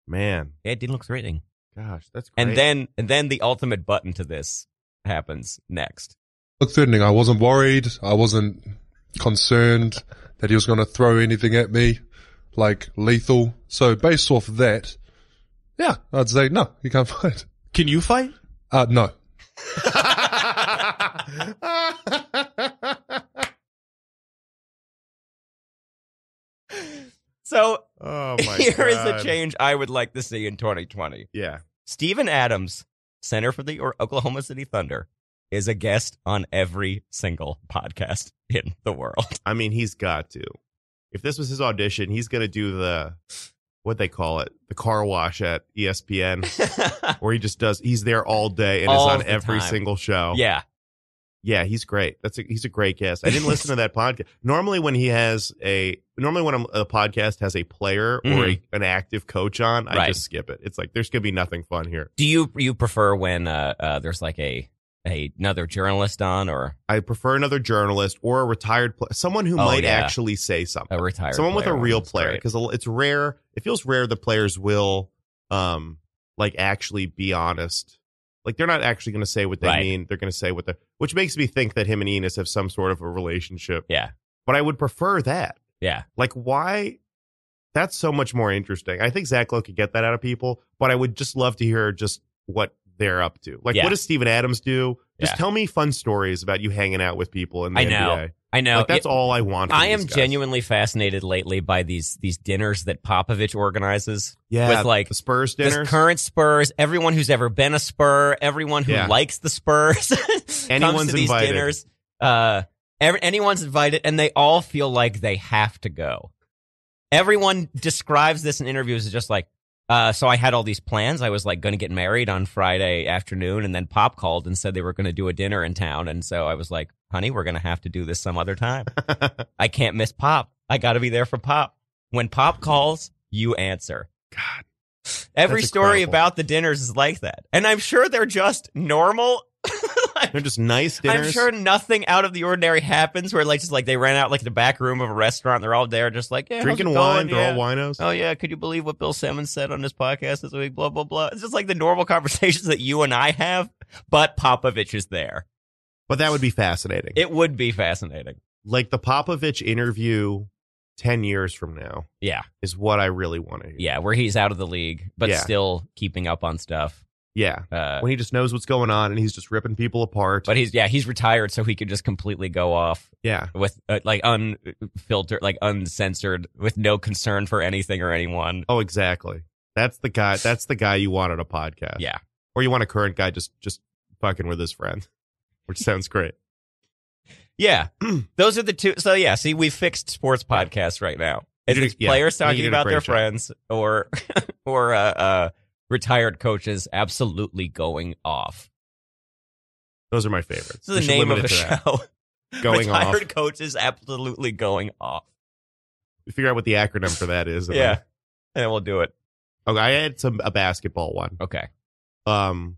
[SPEAKER 2] man.
[SPEAKER 1] Yeah, it didn't look threatening.
[SPEAKER 2] Gosh, that's great.
[SPEAKER 1] And then and then the ultimate button to this happens next.
[SPEAKER 4] Look threatening. I wasn't worried. I wasn't concerned that he was going to throw anything at me, like lethal. So based off that, yeah, I'd say no. You can't [LAUGHS] fight.
[SPEAKER 3] Can you fight?
[SPEAKER 4] Uh, no.
[SPEAKER 1] So
[SPEAKER 2] [LAUGHS]
[SPEAKER 1] [LAUGHS]
[SPEAKER 2] oh
[SPEAKER 1] here
[SPEAKER 2] my
[SPEAKER 1] is
[SPEAKER 2] god.
[SPEAKER 1] a change I would like to see in 2020.
[SPEAKER 2] Yeah.
[SPEAKER 1] Steven Adams, center for the or- Oklahoma City Thunder, is a guest on every single podcast [LAUGHS] in the
[SPEAKER 2] [LAUGHS]
[SPEAKER 1] world.
[SPEAKER 2] I mean, he's got to. If this was his audition, he's gonna do the what they call it, the car wash at E ESPN, where he just does. He's there all day and
[SPEAKER 1] All
[SPEAKER 2] is on
[SPEAKER 1] the
[SPEAKER 2] every
[SPEAKER 1] time.
[SPEAKER 2] single show.
[SPEAKER 1] yeah.
[SPEAKER 2] yeah, he's great. That's a, he's a great guest. I didn't listen to that podcast. Normally, when he has a normally when a podcast has a player or a, an active coach on, I
[SPEAKER 1] Mm-hmm. Right.
[SPEAKER 2] just skip it. It's like there's gonna be nothing fun here.
[SPEAKER 1] Do you you prefer when uh, uh there's like a, a another journalist on or
[SPEAKER 2] I prefer another journalist or a retired pl- someone who
[SPEAKER 1] Oh,
[SPEAKER 2] might
[SPEAKER 1] yeah.
[SPEAKER 2] actually say something.
[SPEAKER 1] a retired
[SPEAKER 2] someone with a
[SPEAKER 1] player on?
[SPEAKER 2] real
[SPEAKER 1] That's
[SPEAKER 2] player
[SPEAKER 1] great.
[SPEAKER 2] because it's rare it feels rare the players will um like actually be honest like they're not actually going to say what they
[SPEAKER 1] Right.
[SPEAKER 2] mean they're going to say what they which makes me think that him and enos have some sort of a relationship
[SPEAKER 1] Yeah.
[SPEAKER 2] but i would prefer that
[SPEAKER 1] Yeah.
[SPEAKER 2] like why that's so much more interesting i think zach lowe could get that out of people but i would just love to hear just what they're up to like
[SPEAKER 1] Yeah.
[SPEAKER 2] what does steven adams do just
[SPEAKER 1] Yeah.
[SPEAKER 2] tell me fun stories about you hanging out with people in the
[SPEAKER 1] I know.
[SPEAKER 2] NBA.
[SPEAKER 1] I know.
[SPEAKER 2] like that's
[SPEAKER 1] It-
[SPEAKER 2] all i want from
[SPEAKER 1] I am
[SPEAKER 2] these guys.
[SPEAKER 1] genuinely fascinated lately by these these dinners that Popovich organizes.
[SPEAKER 2] yeah
[SPEAKER 1] with, like,
[SPEAKER 2] the spurs
[SPEAKER 1] This
[SPEAKER 2] dinner
[SPEAKER 1] current Spurs, everyone who's ever been a Spur, everyone who
[SPEAKER 2] Yeah.
[SPEAKER 1] likes the Spurs, [LAUGHS] comes
[SPEAKER 2] Anyone's
[SPEAKER 1] to these
[SPEAKER 2] invited.
[SPEAKER 1] dinners. Uh, every, anyone's invited, and they all feel like they have to go. Everyone describes this in interviews as just like, uh, so I had all these plans. I was like going to get married on Friday afternoon, and then Pop called and said they were going to do a dinner in town, and so I was like, honey, we're going to have to do this some other time. I can't miss Pop. I got to be there for Pop. When Pop calls, you answer.
[SPEAKER 2] God.
[SPEAKER 1] Every
[SPEAKER 2] That's
[SPEAKER 1] story
[SPEAKER 2] incredible.
[SPEAKER 1] about the dinners is like that. And I'm sure they're just normal. [LAUGHS] Like,
[SPEAKER 2] [LAUGHS] They're just nice dinners.
[SPEAKER 1] I'm sure nothing out of the ordinary happens where like just like they ran out like the back room of a restaurant. They're all there just like, yeah, how's it
[SPEAKER 2] drinking
[SPEAKER 1] going?
[SPEAKER 2] wine. They're
[SPEAKER 1] yeah.
[SPEAKER 2] all winos.
[SPEAKER 1] Oh yeah, could you believe what Bill Simmons said on his podcast this week? Blah blah blah. It's just like the normal [LAUGHS] conversations that you and I have, but Popovich is there.
[SPEAKER 2] But that would be fascinating.
[SPEAKER 1] It would be fascinating.
[SPEAKER 2] like the Popovich interview 10 years from now
[SPEAKER 1] Yeah,
[SPEAKER 2] is what I really want to hear.
[SPEAKER 1] yeah, where he's out of the league but
[SPEAKER 2] Yeah.
[SPEAKER 1] still keeping up on stuff.
[SPEAKER 2] Yeah.
[SPEAKER 1] Uh,
[SPEAKER 2] When he just knows what's going on and he's just ripping people apart.
[SPEAKER 1] but he's yeah he's retired, so he could just completely go off
[SPEAKER 2] yeah.
[SPEAKER 1] with uh, like unfiltered, like uncensored, with no concern for anything or anyone.
[SPEAKER 2] Oh, exactly. That's the guy. That's the guy you want on a podcast.
[SPEAKER 1] Yeah.
[SPEAKER 2] Or you want a current guy just just fucking with his friend, [LAUGHS] which sounds great.
[SPEAKER 1] Yeah. [CLEARS THROAT] Those are the two. So, yeah, see, we fixed sports podcasts right now. It's
[SPEAKER 2] You did-
[SPEAKER 1] it's
[SPEAKER 2] yeah,
[SPEAKER 1] players
[SPEAKER 2] I think
[SPEAKER 1] talking
[SPEAKER 2] you did a
[SPEAKER 1] about
[SPEAKER 2] great
[SPEAKER 1] their
[SPEAKER 2] job.
[SPEAKER 1] friends or, [LAUGHS] or, uh, uh, retired coaches absolutely going off.
[SPEAKER 2] Those are my favorites.
[SPEAKER 1] This is
[SPEAKER 2] We
[SPEAKER 1] the
[SPEAKER 2] should
[SPEAKER 1] name
[SPEAKER 2] limit
[SPEAKER 1] of
[SPEAKER 2] it
[SPEAKER 1] the
[SPEAKER 2] to that.
[SPEAKER 1] show. [LAUGHS]
[SPEAKER 2] Going off.
[SPEAKER 1] retired coaches absolutely going off.
[SPEAKER 2] Figure out what the acronym for
[SPEAKER 1] [LAUGHS]
[SPEAKER 2] that is.
[SPEAKER 1] Yeah. And we'll do it.
[SPEAKER 2] Okay, I had some a basketball one.
[SPEAKER 1] Okay.
[SPEAKER 2] Um,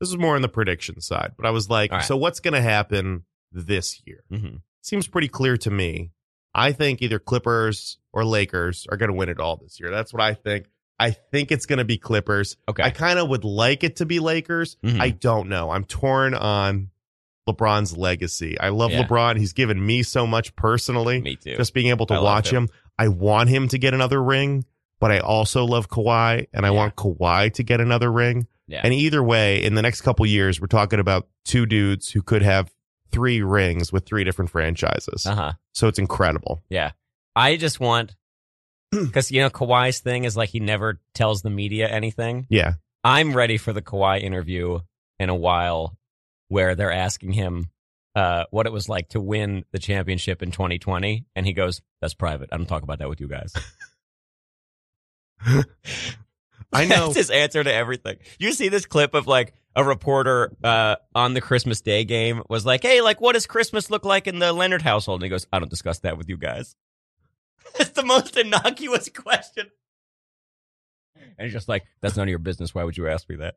[SPEAKER 2] this is more on the prediction side, but I was like,
[SPEAKER 1] All right.
[SPEAKER 2] so what's going to happen this year?
[SPEAKER 1] Mm-hmm.
[SPEAKER 2] Seems pretty clear to me. I think either Clippers or Lakers are going to win it all this year. That's what I think. I think it's going to be Clippers.
[SPEAKER 1] Okay.
[SPEAKER 2] I kind of would like it to be Lakers.
[SPEAKER 1] Mhm.
[SPEAKER 2] I don't know. I'm torn on LeBron's legacy. I love
[SPEAKER 1] Yeah.
[SPEAKER 2] LeBron. He's given me so much personally
[SPEAKER 1] Me too.
[SPEAKER 2] just being able to
[SPEAKER 1] I love
[SPEAKER 2] watch
[SPEAKER 1] him.
[SPEAKER 2] him. I want him to get another ring, but I also love Kawhi and I
[SPEAKER 1] Yeah.
[SPEAKER 2] want Kawhi to get another ring.
[SPEAKER 1] Yeah.
[SPEAKER 2] And either way, in the next couple years, we're talking about two dudes who could have three rings with three different franchises.
[SPEAKER 1] uh huh.
[SPEAKER 2] So it's incredible.
[SPEAKER 1] I just
[SPEAKER 2] [CLEARS THROAT]
[SPEAKER 1] want because you know Kawhi's thing is like he never tells the media anything.
[SPEAKER 2] Yeah.
[SPEAKER 1] I'm ready for the Kawhi interview in a while, where they're asking him uh, what it was like to win the championship in 2020, and he goes, "That's private. I don't talk about that with you guys." [LAUGHS]
[SPEAKER 2] [LAUGHS] I know.
[SPEAKER 1] That's his answer to everything. You see this clip of like a reporter uh, on the Christmas Day game was like, "Hey, like, what does Christmas look like in the Leonard household?" And he goes, "I don't discuss that with you guys." [LAUGHS] it's the most innocuous [LAUGHS] question. And he's just like, "That's none of your business. Why would you ask me that?"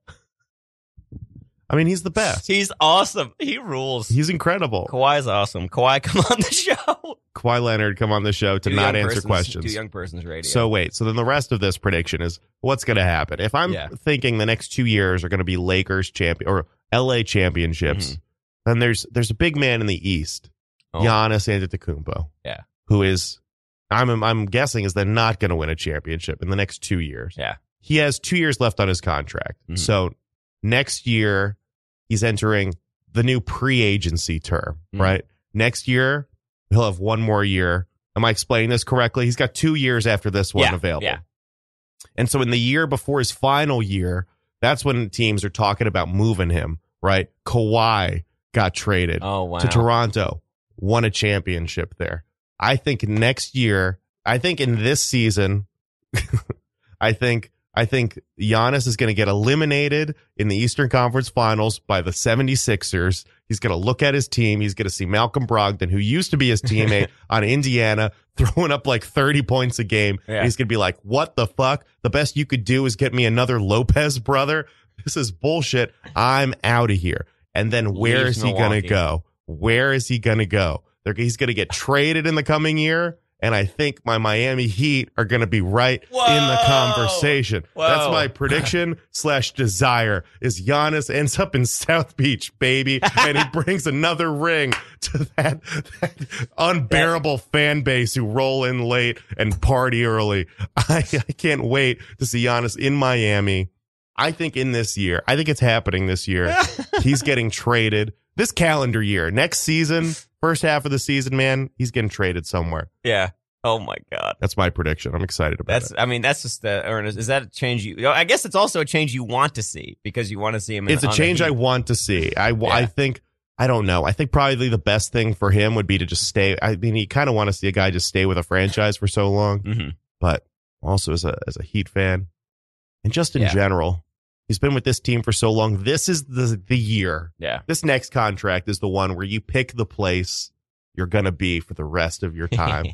[SPEAKER 2] I mean, he's the best.
[SPEAKER 1] He's awesome. He rules.
[SPEAKER 2] He's incredible.
[SPEAKER 1] [LAUGHS] Kawhi's awesome. Kawhi, [LAUGHS] come on the show.
[SPEAKER 2] Kawhi Leonard come on the show to
[SPEAKER 1] Do
[SPEAKER 2] not
[SPEAKER 1] young
[SPEAKER 2] answer
[SPEAKER 1] persons-
[SPEAKER 2] questions.
[SPEAKER 1] Do young person's radio.
[SPEAKER 2] So wait, so then the rest of this prediction is what's going to happen? If I'm
[SPEAKER 1] Yeah.
[SPEAKER 2] thinking the next two years are going to be Lakers champion or LA championships, then there's there's a big man in the East,
[SPEAKER 1] Mm-hmm. Oh.
[SPEAKER 2] Giannis Antetokounmpo,
[SPEAKER 1] Yeah.
[SPEAKER 2] who is I'm I'm guessing is then not going to win a championship in the next two years.
[SPEAKER 1] Yeah.
[SPEAKER 2] he has two years left on his contract,
[SPEAKER 1] Mhm.
[SPEAKER 2] so next year he's entering the new pre-agency term,
[SPEAKER 1] Mhm.
[SPEAKER 2] right? Next year he'll have one more year. Am I explaining this correctly? He's got two years after this one
[SPEAKER 1] Yeah,
[SPEAKER 2] available.
[SPEAKER 1] yeah.
[SPEAKER 2] And so in the year before his final year, that's when teams are talking about moving him, right? Kawhi got traded
[SPEAKER 1] oh wow.
[SPEAKER 2] to Toronto, won a championship there. I think next year, I think in this season, [LAUGHS] I think I think Giannis is going to get eliminated in the Eastern Conference Finals by the 76ers. He's going to look at his team. He's going to see Malcolm Brogdon, who used to be
[SPEAKER 1] [LAUGHS]
[SPEAKER 2] his teammate on Indiana, throwing up like 30 points a game.
[SPEAKER 1] Yeah.
[SPEAKER 2] And he's going to be like, what the fuck? The best you could do is get me another Lopez brother. This is bullshit. I'm out of here. And then where
[SPEAKER 1] Leaves
[SPEAKER 2] is he going
[SPEAKER 1] Milwaukee.
[SPEAKER 2] to go? Where is he going to go? They're, he's going to get traded in the coming year. And I think my Miami Heat are going to be right in the
[SPEAKER 1] Whoa.
[SPEAKER 2] conversation. That's
[SPEAKER 1] Whoa.
[SPEAKER 2] my prediction slash desire is Giannis ends up in South Beach, baby, and he brings another ring to that, that unbearable fan base who roll in late and party early. I, I can't wait to see Giannis in Miami. I think in this year, I think it's happening this year. he's getting traded this calendar year. Next season, first half of the season, man, he's getting traded somewhere.
[SPEAKER 1] yeah. Oh my god.
[SPEAKER 2] That's my prediction. I'm excited about
[SPEAKER 1] That's
[SPEAKER 2] it.
[SPEAKER 1] I mean that's just the or is, is that a change you I guess it's also a change you want to see because you want to see him in,
[SPEAKER 2] It's a
[SPEAKER 1] on the
[SPEAKER 2] change I
[SPEAKER 1] Heat.
[SPEAKER 2] want to see. I, w- I
[SPEAKER 1] Yeah.
[SPEAKER 2] think I don't know. I think probably the best thing for him would be to just stay. I mean, you kind of want to see a guy just stay with a franchise for so long,
[SPEAKER 1] Mhm.
[SPEAKER 2] but also as a as a Heat fan, and just in
[SPEAKER 1] Yeah.
[SPEAKER 2] general, he's been with this team for so long. This is the the year.
[SPEAKER 1] Yeah.
[SPEAKER 2] This next contract is the one where you pick the place you're gonna be for the rest of your time.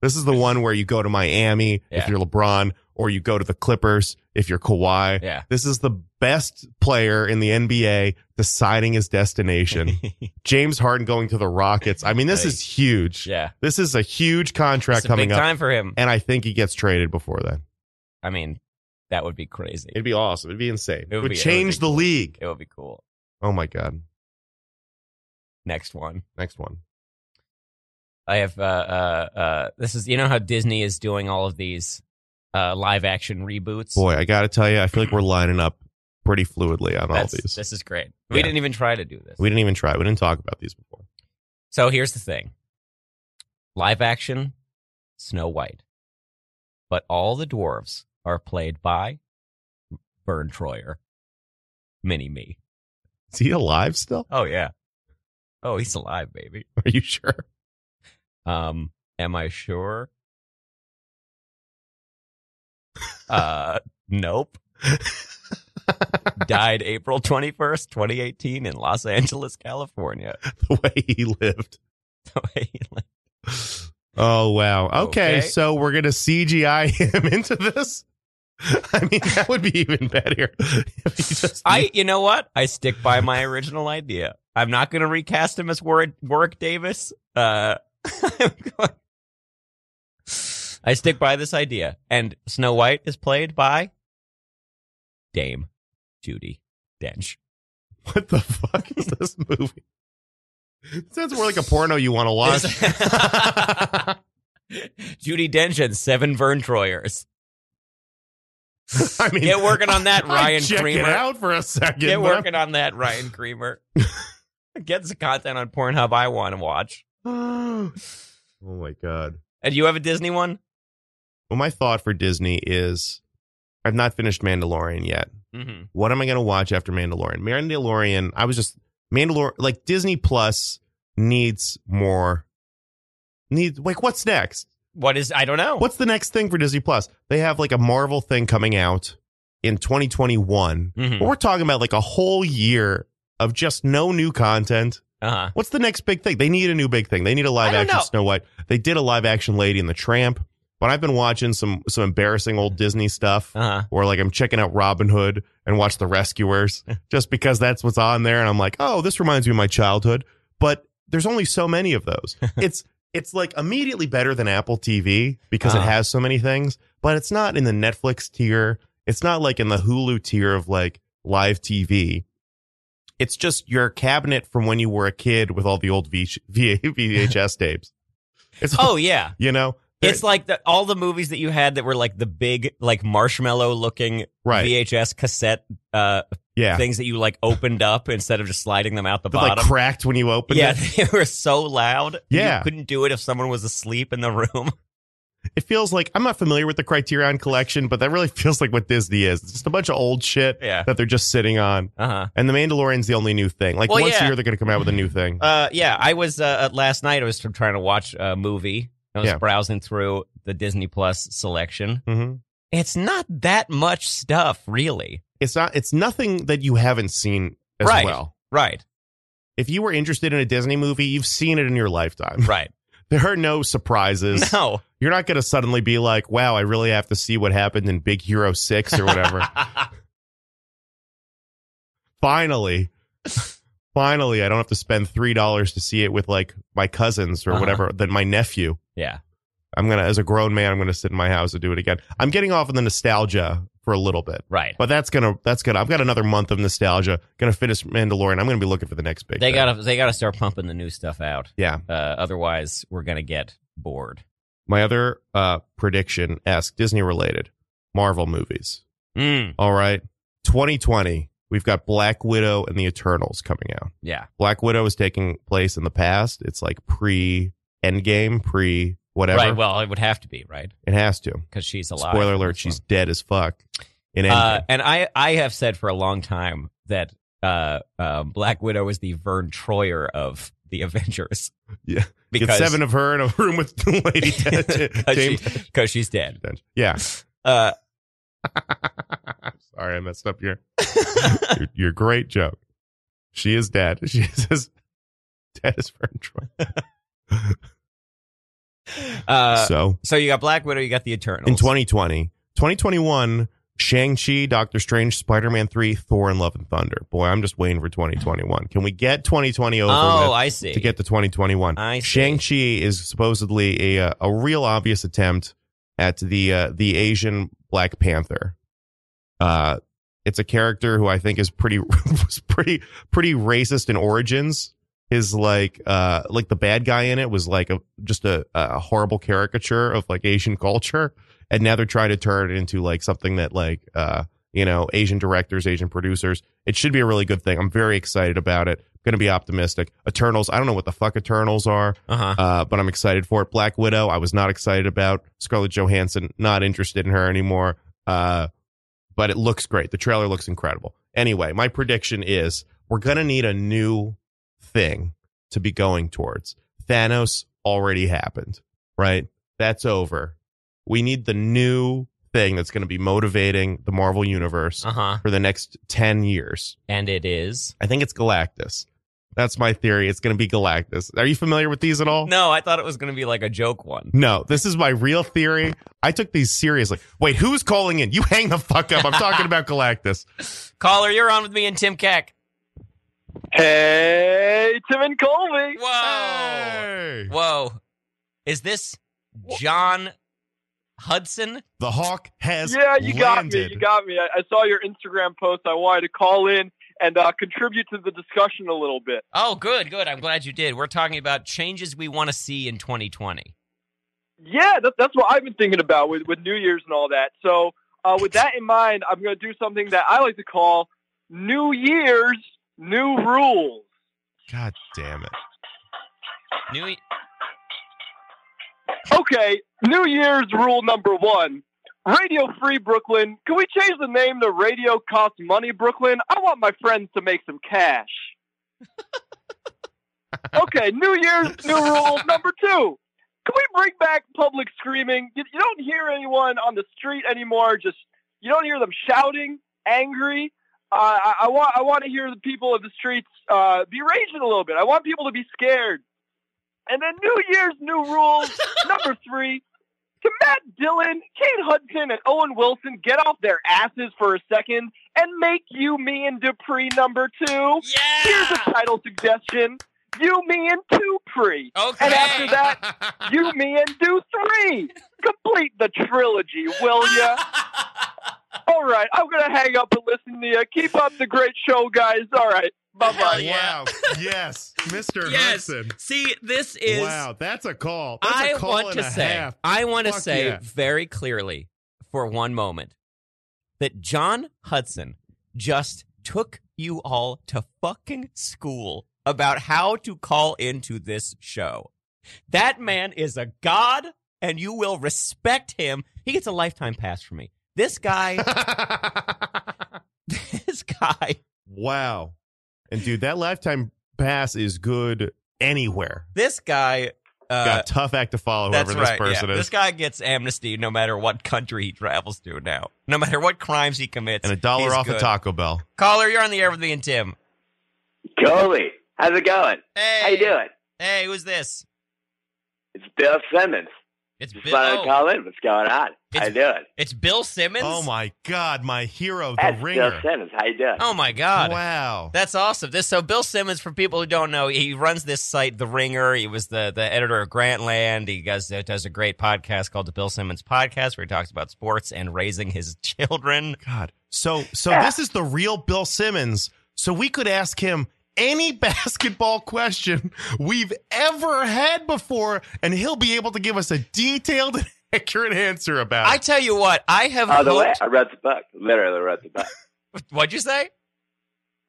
[SPEAKER 2] This is the one where you go to Miami if
[SPEAKER 1] Yeah.
[SPEAKER 2] you're LeBron, or you go to the Clippers if you're Kawhi.
[SPEAKER 1] [LAUGHS] yeah.
[SPEAKER 2] This is the best player in the NBA deciding his destination. James Harden going to the Rockets. I mean, this is
[SPEAKER 1] [LAUGHS]
[SPEAKER 2] huge.
[SPEAKER 1] yeah.
[SPEAKER 2] This is a huge
[SPEAKER 1] It's
[SPEAKER 2] contract
[SPEAKER 1] a
[SPEAKER 2] coming
[SPEAKER 1] big
[SPEAKER 2] up.
[SPEAKER 1] time for him.
[SPEAKER 2] And I think he gets traded before then.
[SPEAKER 1] I mean, that would be crazy.
[SPEAKER 2] It'd be awesome. It'd be insane. It
[SPEAKER 1] It
[SPEAKER 2] would,
[SPEAKER 1] would be- it would
[SPEAKER 2] change
[SPEAKER 1] be
[SPEAKER 2] the
[SPEAKER 1] cool.
[SPEAKER 2] league.
[SPEAKER 1] It would be cool.
[SPEAKER 2] Oh my God.
[SPEAKER 1] Next one.
[SPEAKER 2] Next one.
[SPEAKER 1] I have uh uh uh this is you know how Disney is doing all of these uh live action reboots?
[SPEAKER 2] Boy, I got to tell you, I feel like we're lining up pretty fluidly on all
[SPEAKER 1] That's-
[SPEAKER 2] these.
[SPEAKER 1] This is great. We
[SPEAKER 2] Yeah.
[SPEAKER 1] didn't even try to do this.
[SPEAKER 2] we didn't even try. We didn't talk about these before.
[SPEAKER 1] So here's the thing live action, Snow White. But all the dwarves are played by Vern Troyer, mini me.
[SPEAKER 2] Is he alive still? [LAUGHS]
[SPEAKER 1] Oh yeah. Oh, he's alive, baby.
[SPEAKER 2] Are you sure? [LAUGHS]
[SPEAKER 1] Um, am I sure? Uh,
[SPEAKER 2] [LAUGHS]
[SPEAKER 1] nope. Died April 21st, 2018 in Los Angeles, California. [LAUGHS]
[SPEAKER 2] The way he lived.
[SPEAKER 1] The way he lived.
[SPEAKER 2] Oh wow. Okay,
[SPEAKER 1] Okay.
[SPEAKER 2] so we're gonna CGI [LAUGHS] him into this. I mean, that would be even better. If he just-
[SPEAKER 1] I, you know what? I stick by my original idea. I'm not going to recast him as Warwick, Warwick Davis. Uh, [LAUGHS] I'm going- I stick by this idea. And Snow White is played by Dame Judy Dench.
[SPEAKER 2] [LAUGHS] what the fuck is this movie? It sounds more like a porno you want to watch.
[SPEAKER 1] [LAUGHS] Judy Dench and seven Vern Troyers.
[SPEAKER 2] [LAUGHS] [LAUGHS] I mean,
[SPEAKER 1] Get working on that,
[SPEAKER 2] I'd
[SPEAKER 1] Ryan
[SPEAKER 2] check
[SPEAKER 1] Creamer.
[SPEAKER 2] it out for a second.
[SPEAKER 1] Get
[SPEAKER 2] but I'm-
[SPEAKER 1] working on that, Ryan Creamer. [LAUGHS] Get the content on Pornhub I want to watch.
[SPEAKER 2] [GASPS] oh my god.
[SPEAKER 1] And you have a Disney one?
[SPEAKER 2] Well, my thought for Disney is, I've not finished Mandalorian yet.
[SPEAKER 1] Mm-hmm.
[SPEAKER 2] what am I going to watch after Mandalorian? Mandalorian, I was just Mandalorian, like Disney Plus needs more. Needs like what's next?
[SPEAKER 1] What is? I don't know.
[SPEAKER 2] What's the next thing for Disney Plus? They have like a Marvel thing coming out in 2021.
[SPEAKER 1] Mhm.
[SPEAKER 2] But we're talking about like a whole year of just no new content.
[SPEAKER 1] Uh-huh.
[SPEAKER 2] What's the next big thing? They need a new big thing. They need a live
[SPEAKER 1] don't
[SPEAKER 2] action
[SPEAKER 1] know.
[SPEAKER 2] Snow White. They did a live action Lady and the Tramp. But I've been watching some some embarrassing old Disney stuff
[SPEAKER 1] Uh-huh.
[SPEAKER 2] or like I'm checking out Robin Hood and watch
[SPEAKER 1] [LAUGHS]
[SPEAKER 2] The Rescuers just because that's what's on there and I'm like, "Oh, this reminds me of my childhood." But there's only so many of those.
[SPEAKER 1] [LAUGHS]
[SPEAKER 2] it's it's like immediately better than Apple TV because it
[SPEAKER 1] Uh-huh.
[SPEAKER 2] has so many things, but it's not in the Netflix tier. It's not like in the Hulu tier of like live TV. It's just your cabinet from when you were a kid with all the old v- [LAUGHS] v- VHS tapes. It's
[SPEAKER 1] [LAUGHS]
[SPEAKER 2] all,
[SPEAKER 1] Oh yeah.
[SPEAKER 2] [LAUGHS] you know,
[SPEAKER 1] It's like the, all the movies that you had that were like the big, like marshmallow looking
[SPEAKER 2] right.
[SPEAKER 1] VHS cassette uh,
[SPEAKER 2] yeah.
[SPEAKER 1] things that you like opened up instead of just sliding them out the
[SPEAKER 2] That,
[SPEAKER 1] bottom.
[SPEAKER 2] like cracked when you opened
[SPEAKER 1] yeah, [LAUGHS]
[SPEAKER 2] it.
[SPEAKER 1] they were so loud.
[SPEAKER 2] Yeah.
[SPEAKER 1] you couldn't do it if someone was asleep in the room. [LAUGHS]
[SPEAKER 2] it feels like I'm not familiar with the Criterion collection, but that really [LAUGHS] feels like what Disney is. It's just a bunch of old shit
[SPEAKER 1] Yeah.
[SPEAKER 2] that they're just sitting on.
[SPEAKER 1] Uh huh.
[SPEAKER 2] And The Mandalorian's the only new thing. Like
[SPEAKER 1] Well,
[SPEAKER 2] once
[SPEAKER 1] yeah.
[SPEAKER 2] a year, they're going to come out with a new thing.
[SPEAKER 1] Uh, yeah, I was uh, last night. I was trying to watch a movie. I was
[SPEAKER 2] Yeah.
[SPEAKER 1] browsing through the Disney Plus selection.
[SPEAKER 2] hmm
[SPEAKER 1] It's not that much stuff, really.
[SPEAKER 2] It's not. It's nothing that you haven't seen as
[SPEAKER 1] Right.
[SPEAKER 2] well.
[SPEAKER 1] Right,
[SPEAKER 2] If you were interested in a Disney movie, you've seen it in your lifetime. [LAUGHS]
[SPEAKER 1] right.
[SPEAKER 2] There are no surprises.
[SPEAKER 1] No,
[SPEAKER 2] You're not going to suddenly be like, "Wow, I really have to see what happened in Big Hero 6 or whatever." finally finally i don't have to spend three dollars to see it with like my cousins or
[SPEAKER 1] Uh-huh.
[SPEAKER 2] whatever than my nephew
[SPEAKER 1] [LAUGHS] yeah.
[SPEAKER 2] i'm gonna as a grown man i'm gonna sit in my house and do it again i'm getting off of the nostalgia for a little bit
[SPEAKER 1] Right.
[SPEAKER 2] but that's gonna that's gonna i've got another month of nostalgia gonna finish mandalorian i'm gonna be looking for the next big
[SPEAKER 1] They
[SPEAKER 2] thing.
[SPEAKER 1] gotta they gotta start pumping the new stuff out.
[SPEAKER 2] Yeah.
[SPEAKER 1] Uh, otherwise, we're gonna get bored.
[SPEAKER 2] my other uh prediction esque disney related marvel movies
[SPEAKER 1] Mm.
[SPEAKER 2] all right 2020 we've got black widow and the eternals coming out
[SPEAKER 1] Yeah.
[SPEAKER 2] Black Widow is taking place in the past. It's like pre Endgame, pre whatever.
[SPEAKER 1] Right. Well, it would have to be right
[SPEAKER 2] it has to.
[SPEAKER 1] because she's alive.
[SPEAKER 2] Spoiler alert: she's dead as fuck in Endgame.
[SPEAKER 1] Uh, and I I have said for a long time that uh, um, Black Widow is the Vern Troyer of the [LAUGHS] Avengers.
[SPEAKER 2] Yeah. Get
[SPEAKER 1] Because
[SPEAKER 2] seven of her in a [LAUGHS] room with
[SPEAKER 1] [LAUGHS]
[SPEAKER 2] Lady
[SPEAKER 1] because
[SPEAKER 2] James.
[SPEAKER 1] she- 'cause she's dead. [LAUGHS]
[SPEAKER 2] Yeah,
[SPEAKER 1] Uh,
[SPEAKER 2] sorry, I messed up your your,
[SPEAKER 1] [LAUGHS]
[SPEAKER 2] your great joke. She is dead. [LAUGHS] She is as dead as Vern Troy.
[SPEAKER 1] uh, so,
[SPEAKER 2] so
[SPEAKER 1] you got Black Widow, you got the Eternals.
[SPEAKER 2] in 2020 2021 shang-chi doctor strange spider-man 3 thor and love and thunder boy i'm just waiting for 2021 can we get 2020 over
[SPEAKER 1] oh,
[SPEAKER 2] with
[SPEAKER 1] I see.
[SPEAKER 2] to get to 2021
[SPEAKER 1] I see.
[SPEAKER 2] shang-chi is supposedly a uh, a real obvious attempt at the uh, the asian black panther uh it's a character who i think is pretty [LAUGHS] was pretty pretty racist in origins his like uh like the bad guy in it was like a just a, a horrible caricature of like asian culture and now they're trying to turn it into like something that like uh you know asian directors asian producers it should be a really good thing i'm very excited about it gonna be optimistic eternals i don't know what the fuck eternals are
[SPEAKER 1] uh-huh.
[SPEAKER 2] uh, but I'm excited for it. Black Widow, I was not excited about. Scarlett Johansson, not interested in her anymore. Uh, but it looks great. The trailer looks incredible. Anyway, my prediction is we're going to need a new thing to be going towards. Thanos already happened, right? That's over. We need the new thing that's going to be motivating the Marvel Universe
[SPEAKER 1] Uh huh.
[SPEAKER 2] for the next 10 years.
[SPEAKER 1] And it is.
[SPEAKER 2] I think it's Galactus. That's my theory. It's going to be Galactus. Are you familiar with these at all?
[SPEAKER 1] No, I thought it was going to be like a joke one.
[SPEAKER 2] No, this is my real theory. I took these seriously. Wait, who's calling in? You hang the fuck up. I'm talking about Galactus.
[SPEAKER 1] Caller, you're on with me and Tim Keck.
[SPEAKER 5] Hey, Tim and Colby.
[SPEAKER 1] Oh. Whoa.
[SPEAKER 2] Hey!
[SPEAKER 1] Whoa. Is this John Hudson?
[SPEAKER 2] The hawk has
[SPEAKER 5] Yeah, you got me.
[SPEAKER 2] landed.
[SPEAKER 5] You got me. I, I saw your Instagram post. I wanted to call in and uh, contribute to the discussion a little bit.
[SPEAKER 1] Oh, good, good. I'm glad you did. We're talking about changes we want to see in 2020.
[SPEAKER 5] Yeah, that, that's what I've been thinking about with, with New Year's and all that. So, uh, with that in mind, I'm going to do something that I like to call New Year's New Rules.
[SPEAKER 2] God damn it.
[SPEAKER 1] New
[SPEAKER 5] Okay, New Year's rule number one. Radio Free Brooklyn, can we change the name to Radio Costs Money Brooklyn? I want my friends to make some cash. okay, New Year's new rule number two. Can we bring back public screaming? You, you don't hear anyone on the street anymore. Just you don't hear them shouting, angry. Uh, I, I want I want to hear the people of the streets uh, be raging a little bit. I want people to be scared. And then New Year's new rules. Number three, can Matt Dillon, Kate Hudson, and Owen Wilson get off their asses for a second and make you, me, and Dupree number two? Here's a
[SPEAKER 1] Yeah.
[SPEAKER 5] title suggestion: You, me, and Dupree.
[SPEAKER 1] Okay.
[SPEAKER 5] And after that, You, me, and Do three. Complete the trilogy, will
[SPEAKER 1] [LAUGHS]
[SPEAKER 5] ya? All right, I'm gonna hang up and listen to you. Keep up the great show, guys. All right, bye
[SPEAKER 6] Uh,
[SPEAKER 5] bye.
[SPEAKER 1] Hell yeah.
[SPEAKER 2] Wow. yes. Mr.
[SPEAKER 1] yes.
[SPEAKER 2] Hudson.
[SPEAKER 1] See, this is.
[SPEAKER 2] wow, that's a call. That's
[SPEAKER 1] I
[SPEAKER 2] a call
[SPEAKER 1] want
[SPEAKER 2] and
[SPEAKER 1] to
[SPEAKER 2] a
[SPEAKER 1] say.
[SPEAKER 2] half.
[SPEAKER 1] I want to
[SPEAKER 2] Fuck
[SPEAKER 1] say
[SPEAKER 2] yeah.
[SPEAKER 1] very clearly for one moment that John Hudson just took you all to fucking school about how to call into this show. That man is a god, and you will respect him. He gets a lifetime pass from me. This
[SPEAKER 2] [LAUGHS]
[SPEAKER 1] guy, this guy.
[SPEAKER 2] Wow. And dude, that lifetime pass is good anywhere.
[SPEAKER 1] this guy uh,
[SPEAKER 2] Got a tough act to follow
[SPEAKER 1] that's
[SPEAKER 2] whoever this
[SPEAKER 1] right.
[SPEAKER 2] person
[SPEAKER 1] yeah.
[SPEAKER 2] is.
[SPEAKER 1] This guy gets amnesty no matter what country he travels to now. No matter what crimes he commits.
[SPEAKER 2] and a dollar
[SPEAKER 1] he's
[SPEAKER 2] off a
[SPEAKER 1] good.
[SPEAKER 2] Taco Bell.
[SPEAKER 1] Caller, you're on the air with me and Tim.
[SPEAKER 6] Coley, how's it going?
[SPEAKER 1] Hey.
[SPEAKER 6] How you doing?
[SPEAKER 1] Hey, who's this?
[SPEAKER 6] It's Bill Simmons.
[SPEAKER 1] It's Bill.
[SPEAKER 6] Just wanted to
[SPEAKER 1] oh,
[SPEAKER 6] call in. What's going on? How
[SPEAKER 1] It's-
[SPEAKER 6] you doing?
[SPEAKER 1] it's Bill Simmons.
[SPEAKER 2] Oh my God, my hero, the
[SPEAKER 6] That's Bill
[SPEAKER 2] ringer.
[SPEAKER 6] Simmons. How you doing?
[SPEAKER 1] Oh my God.
[SPEAKER 2] Wow.
[SPEAKER 1] That's awesome. This so Bill Simmons, for people who don't know, he runs this site, The Ringer. He was the the editor of Grantland. He does uh, does a great podcast called the Bill Simmons Podcast, where he talks about sports and raising his [LAUGHS] children.
[SPEAKER 2] God. So so
[SPEAKER 6] Yeah.
[SPEAKER 2] this is the real Bill Simmons. So we could ask him any [LAUGHS] basketball question we've ever had before, and he'll be able to give us a detailed and [LAUGHS] accurate answer about
[SPEAKER 1] I
[SPEAKER 2] it.
[SPEAKER 1] tell you what, I have
[SPEAKER 6] By the way,
[SPEAKER 1] looked-
[SPEAKER 6] I wrote the book. Literally wrote the book.
[SPEAKER 1] What'd you say?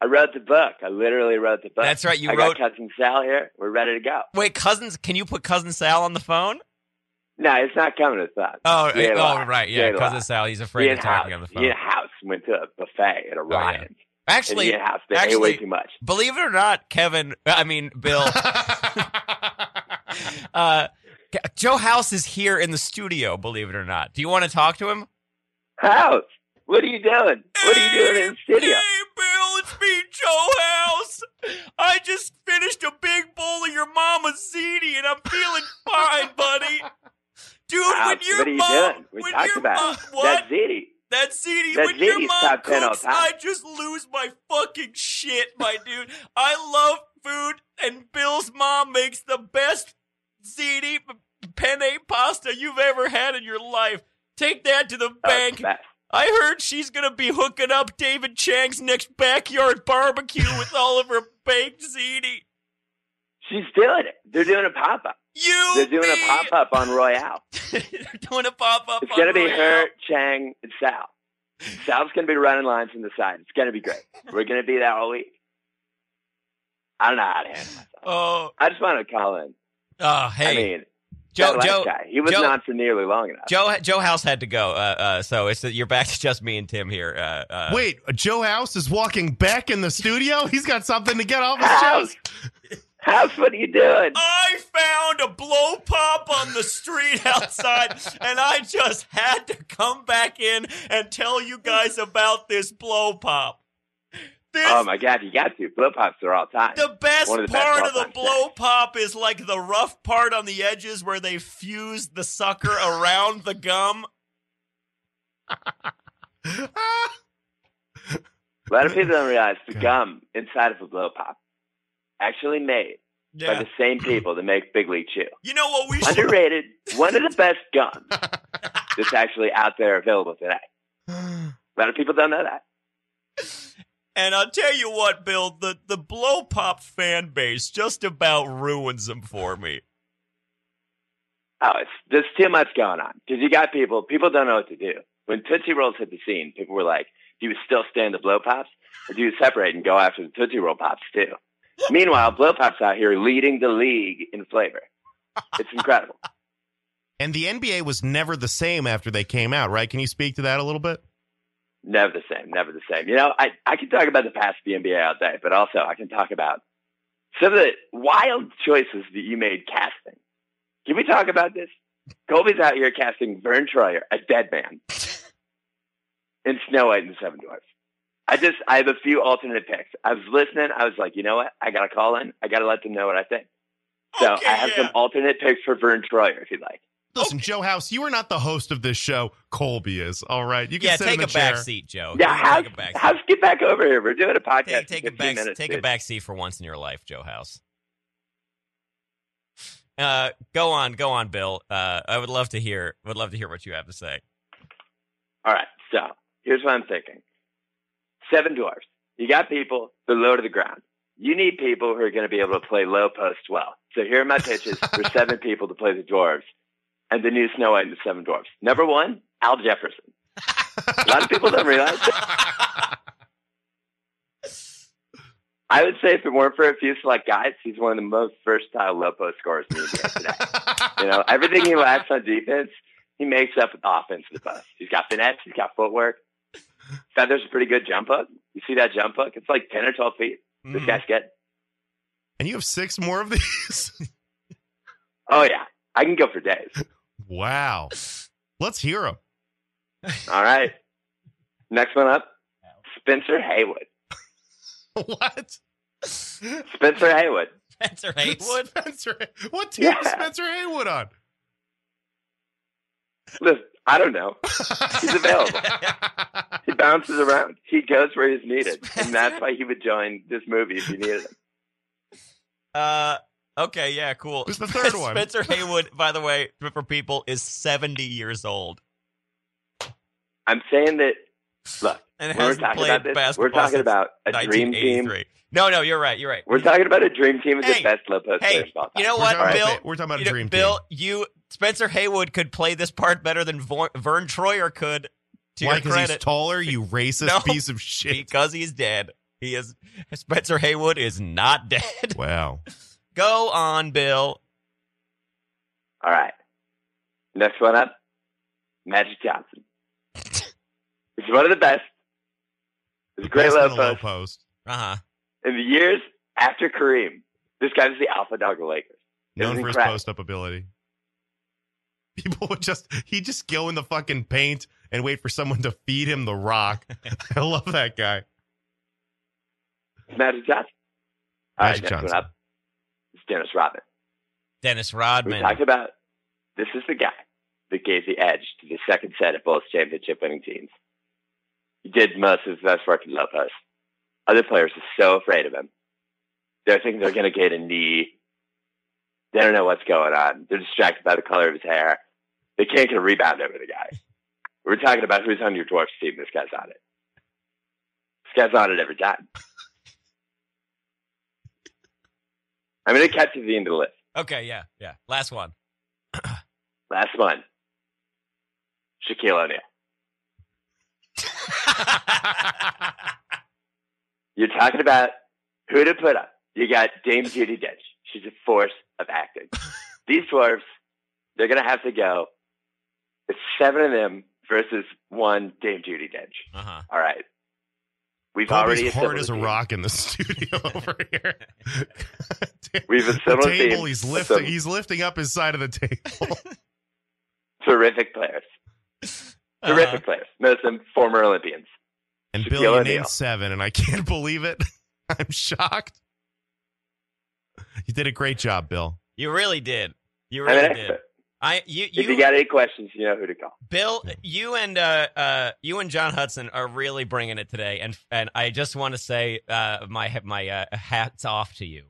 [SPEAKER 6] I wrote the book. I literally wrote the book.
[SPEAKER 1] That's right, you
[SPEAKER 6] I
[SPEAKER 1] wrote-
[SPEAKER 6] got cousin Sal here. We're ready to go.
[SPEAKER 1] Wait, cousins, can you put cousin Sal on the phone?
[SPEAKER 6] No, it's not coming to us.
[SPEAKER 1] Oh,
[SPEAKER 6] Yeah,
[SPEAKER 1] oh,
[SPEAKER 6] lie.
[SPEAKER 1] right, yeah,
[SPEAKER 6] Yeah,
[SPEAKER 1] cousin
[SPEAKER 6] lie.
[SPEAKER 1] Sal. He's afraid
[SPEAKER 6] Ian
[SPEAKER 1] of
[SPEAKER 6] House.
[SPEAKER 1] talking on the phone. Oh,
[SPEAKER 6] Ian House went to a buffet at a
[SPEAKER 1] yeah.
[SPEAKER 6] Ryan.
[SPEAKER 1] Actually,
[SPEAKER 6] and Ian House, they ate
[SPEAKER 1] actually-
[SPEAKER 6] way too much.
[SPEAKER 1] believe it or not, Kevin, I mean
[SPEAKER 2] [LAUGHS]
[SPEAKER 1] Bill, [LAUGHS] uh, K- Joe House is here in the studio. Believe it or not, do you want to talk to him?
[SPEAKER 6] House, what are you doing? What are you doing in the studio?
[SPEAKER 1] Hey, Bill, it's me, Joe House. I just finished a big bowl of your mama's ziti, and I'm feeling fine, buddy. Dude,
[SPEAKER 6] House,
[SPEAKER 1] when your
[SPEAKER 6] what are you
[SPEAKER 1] mom,
[SPEAKER 6] doing? We
[SPEAKER 1] when
[SPEAKER 6] talked
[SPEAKER 1] your
[SPEAKER 6] about
[SPEAKER 1] mom,
[SPEAKER 6] it.
[SPEAKER 1] what?
[SPEAKER 6] That's Ziti.
[SPEAKER 1] That CD,
[SPEAKER 6] That
[SPEAKER 1] when your
[SPEAKER 6] CD's
[SPEAKER 1] mom
[SPEAKER 6] top 10 all
[SPEAKER 1] cooks,
[SPEAKER 6] time.
[SPEAKER 1] I just lose my fucking shit, my dude. I love food, and Bill's mom makes the best CD penne pasta you've ever had in your life. Take that to the
[SPEAKER 6] Oh, it's
[SPEAKER 1] bank.
[SPEAKER 6] the best.
[SPEAKER 1] I heard she's gonna be hooking up David Chang's next backyard barbecue with [LAUGHS] all of her baked ziti.
[SPEAKER 6] She's doing it. They're doing a pop up.
[SPEAKER 1] You,
[SPEAKER 6] They're doing
[SPEAKER 1] me-
[SPEAKER 6] a pop up
[SPEAKER 1] [LAUGHS]
[SPEAKER 6] on Royale.
[SPEAKER 1] They're doing a pop up.
[SPEAKER 6] It's gonna be her, Chang, and Sal. Sal's gonna be running lines from the side. It's gonna be great. We're gonna be there all week. I don't know how to handle myself.
[SPEAKER 1] Oh,
[SPEAKER 6] I just want to call in.
[SPEAKER 1] oh, hey,
[SPEAKER 6] I mean,
[SPEAKER 1] Joe,
[SPEAKER 6] Satellite
[SPEAKER 1] Joe,
[SPEAKER 6] guy. He was
[SPEAKER 1] Joe-
[SPEAKER 6] not for nearly
[SPEAKER 1] [LAUGHS]
[SPEAKER 6] long enough.
[SPEAKER 1] Joe, Joe House had to go, uh, uh, so it's you're back to just me and Tim here. Uh, uh,
[SPEAKER 2] Wait, Joe House is walking back in the studio. He's got something to get off his
[SPEAKER 6] House,
[SPEAKER 2] chest.
[SPEAKER 6] House, what are you doing?
[SPEAKER 1] I found a blow pop on the street [LAUGHS] outside, and I just had to come back in and tell you guys about this blow pop. This
[SPEAKER 6] Oh my God, you got to. Blow pops are all time.
[SPEAKER 1] the best
[SPEAKER 6] One of the best
[SPEAKER 1] part
[SPEAKER 6] blow
[SPEAKER 1] of the
[SPEAKER 6] pops, yeah.
[SPEAKER 1] blow pop is like the rough part on the edges where they fuse the sucker around the gum.
[SPEAKER 6] A lot of people don't realize the gum inside of a blow pop actually made by
[SPEAKER 1] Yeah.
[SPEAKER 6] the
[SPEAKER 1] [CLEARS THROAT]
[SPEAKER 6] same people that make Big League Chew.
[SPEAKER 1] You know what we should
[SPEAKER 6] Underrated, one of the best
[SPEAKER 1] [LAUGHS]
[SPEAKER 6] gums that's actually out there available today.
[SPEAKER 1] [SIGHS]
[SPEAKER 6] A lot of people don't know that.
[SPEAKER 1] And I'll tell you what, Bill, the, the blow pop fan base just about ruins them for me.
[SPEAKER 6] Oh, it's there's too much going on because you got people. People don't know what to do. When Tootsie Rolls hit the scene, people were like, "Do you still stand the blow pops, or do you separate and go after the Tootsie Roll pops too?" Meanwhile, blow pops out here leading the league in flavor. It's incredible.
[SPEAKER 2] And the NBA was never the same after they came out, right? Can you speak to that a little bit?
[SPEAKER 6] Never the same. Never the same. You know, I I can talk about the past of the NBA all day, but also I can talk about some of the wild choices that you made casting. Can we talk about this? Colby's out here casting Vern Troyer, a dead man, in Snow White and the Seven Dwarfs. I just, I have a few alternate picks. I was listening. I was like, you know what? I got to call in. I got to let them know what I think. So
[SPEAKER 1] Okay,
[SPEAKER 6] I have
[SPEAKER 1] yeah. [LAUGHS]
[SPEAKER 6] some alternate picks for Vern Troyer, if you'd like.
[SPEAKER 2] Listen, Joe House, you are not the host of this show. Colby is. All right. You can
[SPEAKER 1] yeah,
[SPEAKER 2] sit
[SPEAKER 1] take
[SPEAKER 2] in
[SPEAKER 1] a
[SPEAKER 2] the chair.
[SPEAKER 1] back seat, Joe.
[SPEAKER 6] Yeah,
[SPEAKER 1] You can
[SPEAKER 6] House,
[SPEAKER 1] take a back seat.
[SPEAKER 6] House, get back over here. We're doing a podcast.
[SPEAKER 1] Take, take a
[SPEAKER 6] in 15
[SPEAKER 1] back
[SPEAKER 6] minutes,
[SPEAKER 1] take
[SPEAKER 6] dude.
[SPEAKER 1] a back seat for once in your life, Joe House. Uh, go on, go on, Bill. Uh, I would love to hear would love to hear what you have to say.
[SPEAKER 6] All right, so here's what I'm thinking. Seven dwarfs. You got people, they're low to the ground. You need people who are going to be able to play low post well. So here are my pitches for seven people to play the dwarves and the new Snow White and the Seven Dwarfs. Number one, Al Jefferson. A lot of people don't realize that. I would say if it weren't for a few select guys, he's one of the most versatile low post scorers in the NBA today. You know, everything he lacks on defense, he makes up with offense with us. He's got finesse, he's got footwork. Feather's a pretty good jump hook. You see that jump hook? It's like ten or twelve feet.
[SPEAKER 1] Mm-hmm.
[SPEAKER 6] This guy's good.
[SPEAKER 2] and you have six more of these? [LAUGHS]
[SPEAKER 6] Oh yeah. I can go for days.
[SPEAKER 2] wow. Let's hear them.
[SPEAKER 6] All right. Next one up. Spencer Haywood.
[SPEAKER 2] [LAUGHS] What?
[SPEAKER 6] Spencer Haywood.
[SPEAKER 1] Spencer Haywood.
[SPEAKER 2] Spencer, what team is
[SPEAKER 6] Yeah.
[SPEAKER 2] Spencer
[SPEAKER 1] [LAUGHS]
[SPEAKER 2] Haywood on?
[SPEAKER 6] Listen, I don't know. He's available. He bounces around. He goes where he's needed. And that's why he would join this movie if you needed him.
[SPEAKER 1] Uh, okay, yeah, cool.
[SPEAKER 2] Who's the [LAUGHS] third one?
[SPEAKER 1] Spencer Haywood, by the way, for people, is seventy years old
[SPEAKER 6] I'm saying that look,
[SPEAKER 1] and
[SPEAKER 6] when we're
[SPEAKER 1] hasn't
[SPEAKER 6] talking
[SPEAKER 1] played
[SPEAKER 6] about this,
[SPEAKER 1] basketball
[SPEAKER 6] we're talking
[SPEAKER 1] since
[SPEAKER 6] about a dream team.
[SPEAKER 1] 1983. No, no, you're right. You're right.
[SPEAKER 6] We're talking about a dream team with
[SPEAKER 1] Hey,
[SPEAKER 6] the best low post
[SPEAKER 1] hey,
[SPEAKER 6] players of all time.
[SPEAKER 1] You know
[SPEAKER 2] We're
[SPEAKER 1] what,
[SPEAKER 2] talking about
[SPEAKER 1] Bill?
[SPEAKER 2] ba- we're talking about a
[SPEAKER 1] You know,
[SPEAKER 2] dream
[SPEAKER 1] Bill,
[SPEAKER 2] team.
[SPEAKER 1] you Spencer Haywood could play this part better than Vor- Vern Troyer could. To
[SPEAKER 2] Why?
[SPEAKER 1] your
[SPEAKER 2] Because he's
[SPEAKER 1] credit,
[SPEAKER 2] taller. You
[SPEAKER 1] [LAUGHS]
[SPEAKER 2] racist
[SPEAKER 1] No.
[SPEAKER 2] piece of shit.
[SPEAKER 1] because he's dead. He is Spencer Haywood is not dead.
[SPEAKER 2] Wow.
[SPEAKER 1] Go on, Bill.
[SPEAKER 6] All right. Next one up, Magic Johnson. He's one of the best. He's a great
[SPEAKER 2] That's
[SPEAKER 6] low
[SPEAKER 2] been a
[SPEAKER 6] post.
[SPEAKER 2] post.
[SPEAKER 1] Uh huh.
[SPEAKER 6] In the years after Kareem, this guy was the alpha dog of the Lakers. It
[SPEAKER 2] Known
[SPEAKER 6] was
[SPEAKER 2] for his
[SPEAKER 6] incredible.
[SPEAKER 2] post up ability. [LAUGHS] People would just he just go in the fucking paint and wait for someone to feed him the
[SPEAKER 6] [LAUGHS]
[SPEAKER 2] rock. I love that guy.
[SPEAKER 6] It's Magic Johnson. All right,
[SPEAKER 2] Magic
[SPEAKER 6] next
[SPEAKER 2] Johnson.
[SPEAKER 6] one up is Dennis Rodman.
[SPEAKER 1] Dennis
[SPEAKER 6] We
[SPEAKER 1] Rodman.
[SPEAKER 6] talked about this is the guy that gave the edge to the second set of both championship winning teams. He did most of his best work in low post. Other players are so afraid of him. They're thinking they're going to get a knee. They don't know what's going on. They're distracted by the color of his hair. They can't get a rebound over the guy. We're talking about who's on your dwarfs team. This guy's on it. This guy's on it every time. I'm going to cut to the end of the list.
[SPEAKER 1] okay, yeah, yeah. Last
[SPEAKER 6] [LAUGHS]
[SPEAKER 1] one. [LAUGHS]
[SPEAKER 6] Last one. Shaquille O'Neal. You're talking about who to
[SPEAKER 2] [LAUGHS]
[SPEAKER 6] put up. You got Dame Judy Dench. She's a force of acting. These dwarves, They're going to have to go. It's seven of them versus one Dame Judy Dench.
[SPEAKER 1] Uh huh.
[SPEAKER 6] All right. We've already
[SPEAKER 2] Kobe's
[SPEAKER 6] assembled
[SPEAKER 2] hard as a
[SPEAKER 6] team.
[SPEAKER 2] rock in the [LAUGHS] studio over here. [LAUGHS] God damn.
[SPEAKER 6] We've
[SPEAKER 2] the
[SPEAKER 6] assembled a
[SPEAKER 2] table.
[SPEAKER 6] team
[SPEAKER 2] He's
[SPEAKER 6] with
[SPEAKER 2] lifting.
[SPEAKER 6] some
[SPEAKER 2] He's lifting up his side of the
[SPEAKER 6] [LAUGHS]
[SPEAKER 2] table. [LAUGHS]
[SPEAKER 6] terrific players. Terrific
[SPEAKER 2] Uh-huh.
[SPEAKER 6] players. No, some former Olympians.
[SPEAKER 2] And
[SPEAKER 6] Shaquille
[SPEAKER 2] Billy you
[SPEAKER 6] O'Neal.
[SPEAKER 2] named seven, and I can't [LAUGHS] believe it. I'm shocked. You did a great job, Bill.
[SPEAKER 1] You really did. You
[SPEAKER 6] I'm
[SPEAKER 1] really
[SPEAKER 6] an
[SPEAKER 1] did.
[SPEAKER 6] expert.
[SPEAKER 1] I you
[SPEAKER 6] If you
[SPEAKER 1] you
[SPEAKER 6] got any questions, you know who to call.
[SPEAKER 1] Bill, you and uh, uh, you and John Hudson are really bringing it today, and and I just want to say uh, my my uh, hats off to you.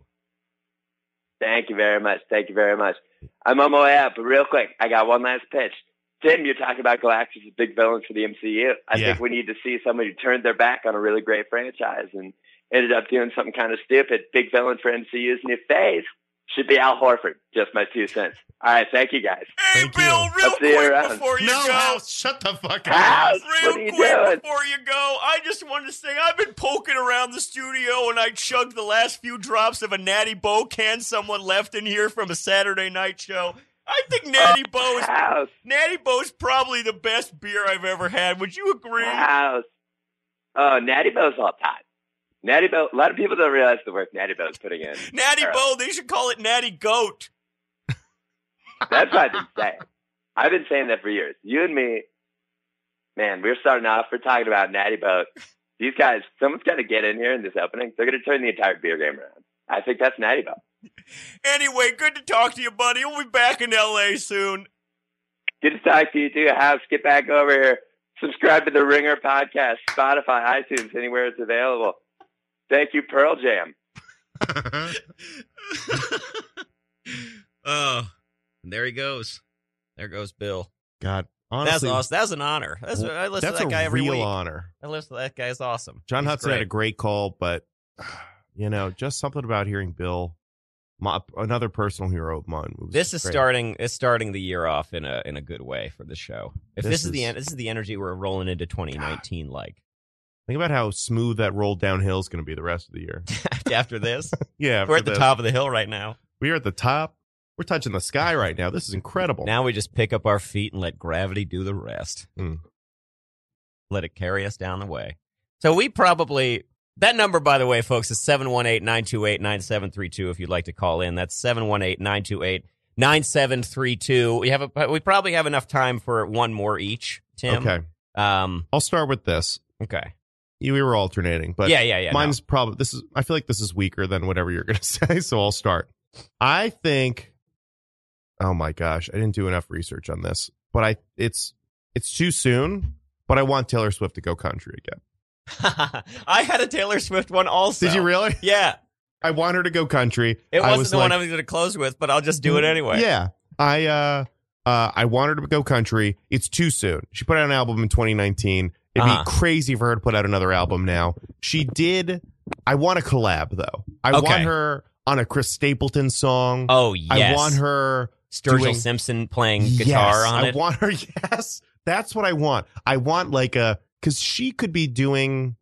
[SPEAKER 6] Thank you very much. Thank you very much. I'm on my way out, but real quick, I got one last pitch. Tim, you're talking about Galactus as big villains for the MCU. I
[SPEAKER 2] Yeah.
[SPEAKER 6] think we need to see somebody who turned their back on a really great franchise and ended up doing something kind of stupid. Big villain for MCU's new phase should be Al Horford. Just my two cents. All right, thank you guys.
[SPEAKER 1] Hey,
[SPEAKER 2] Thank
[SPEAKER 1] Bill,
[SPEAKER 2] you.
[SPEAKER 1] real
[SPEAKER 6] I'll see you
[SPEAKER 1] quick
[SPEAKER 6] around.
[SPEAKER 1] before you
[SPEAKER 2] no,
[SPEAKER 1] go.
[SPEAKER 2] House, shut the fuck up. [LAUGHS]
[SPEAKER 6] House,
[SPEAKER 1] Real
[SPEAKER 6] what are you
[SPEAKER 1] quick
[SPEAKER 6] doing?
[SPEAKER 1] before you go, I just wanted to say I've been poking around the studio and I chugged the last few drops of a Natty Bo can someone left in here from a Saturday night show. I think Natty Bo is
[SPEAKER 6] House,
[SPEAKER 1] Natty Bo is probably the best beer I've ever had. Would you agree?
[SPEAKER 6] house. Oh, Natty Bo's all time. Natty Bo. A lot of people don't realize the work Natty Bo's putting in.
[SPEAKER 1] Natty
[SPEAKER 6] All right.
[SPEAKER 1] Bo, they should call it Natty Goat.
[SPEAKER 6] That's what I've been saying. I've been saying that for years. You and me, man, we're starting off. We're talking about Natty Boat. These guys, someone's got to get in here in this opening. They're going to turn the entire beer game around. I think that's Natty Boat.
[SPEAKER 1] Anyway, good to talk to you, buddy. We'll be back in LA soon.
[SPEAKER 6] Good to talk to you too. House, get back over here. Subscribe to the Ringer podcast, Spotify, iTunes, anywhere it's available. Thank you, Pearl Jam.
[SPEAKER 1] oh, there he goes. There goes Bill.
[SPEAKER 2] God, honestly,
[SPEAKER 1] that's awesome. That's an honor. That's I listen
[SPEAKER 2] that's
[SPEAKER 1] to that
[SPEAKER 2] a
[SPEAKER 1] guy every
[SPEAKER 2] real
[SPEAKER 1] week.
[SPEAKER 2] honor.
[SPEAKER 1] I listen to that guy's awesome.
[SPEAKER 2] John
[SPEAKER 1] He's
[SPEAKER 2] Hudson
[SPEAKER 1] great.
[SPEAKER 2] had a great call, but [SIGHS] you know, just something about hearing Bill, my, another personal hero of mine. was
[SPEAKER 1] This is
[SPEAKER 2] great.
[SPEAKER 1] starting. It's starting the year off in a in a good way for the show. If this,
[SPEAKER 2] This
[SPEAKER 1] is, the
[SPEAKER 2] is-
[SPEAKER 1] en- this is the energy we're rolling into 2019 like [LAUGHS]
[SPEAKER 2] Think about how smooth that roll downhill is going to be the rest of
[SPEAKER 1] [LAUGHS]
[SPEAKER 2] the year.
[SPEAKER 1] after this,
[SPEAKER 2] Yeah,
[SPEAKER 1] we're
[SPEAKER 2] [LAUGHS] after
[SPEAKER 1] at the
[SPEAKER 2] this.
[SPEAKER 1] top of the hill right now.
[SPEAKER 2] We are at the top. We're touching the sky right now. This is incredible.
[SPEAKER 1] Now we just pick up our feet and let gravity do the rest.
[SPEAKER 2] Mm.
[SPEAKER 1] Let it carry us down the way. So we probably that number by the way folks is 718-928-9732 if you'd like to call in. That's 718-928-9732. We have a we probably have enough time for one more each, Tim.
[SPEAKER 2] okay,
[SPEAKER 1] Um
[SPEAKER 2] I'll start with this.
[SPEAKER 1] okay.
[SPEAKER 2] You- We were alternating, but
[SPEAKER 1] yeah, yeah, yeah. no.
[SPEAKER 2] mine's probably this is. I feel like this is weaker than whatever you're [LAUGHS] going to say, so I'll start. I think. Oh my gosh, I didn't do enough research on this, but I it's it's too soon. But I want Taylor Swift to go country again.
[SPEAKER 1] [LAUGHS] I had a Taylor Swift one also.
[SPEAKER 2] Did you really?
[SPEAKER 1] Yeah.
[SPEAKER 2] I want her to go country.
[SPEAKER 1] It wasn't
[SPEAKER 2] I was
[SPEAKER 1] the one
[SPEAKER 2] like-
[SPEAKER 1] I was going to close with, but I'll just do it anyway.
[SPEAKER 2] Mm, Yeah. I uh uh I want her to go country. It's too soon. She put out an album in 2019. It'd
[SPEAKER 1] Uh-huh.
[SPEAKER 2] be crazy for her to put out another album now. She did I want a collab though. I
[SPEAKER 1] Okay.
[SPEAKER 2] want her on a Chris Stapleton song.
[SPEAKER 1] Oh, yes.
[SPEAKER 2] I want her
[SPEAKER 1] Sturgill
[SPEAKER 2] doing-
[SPEAKER 1] Simpson playing guitar
[SPEAKER 2] yes,
[SPEAKER 1] on it.
[SPEAKER 2] I want her [LAUGHS] yes. That's what I want. I want like a cuz she could be doing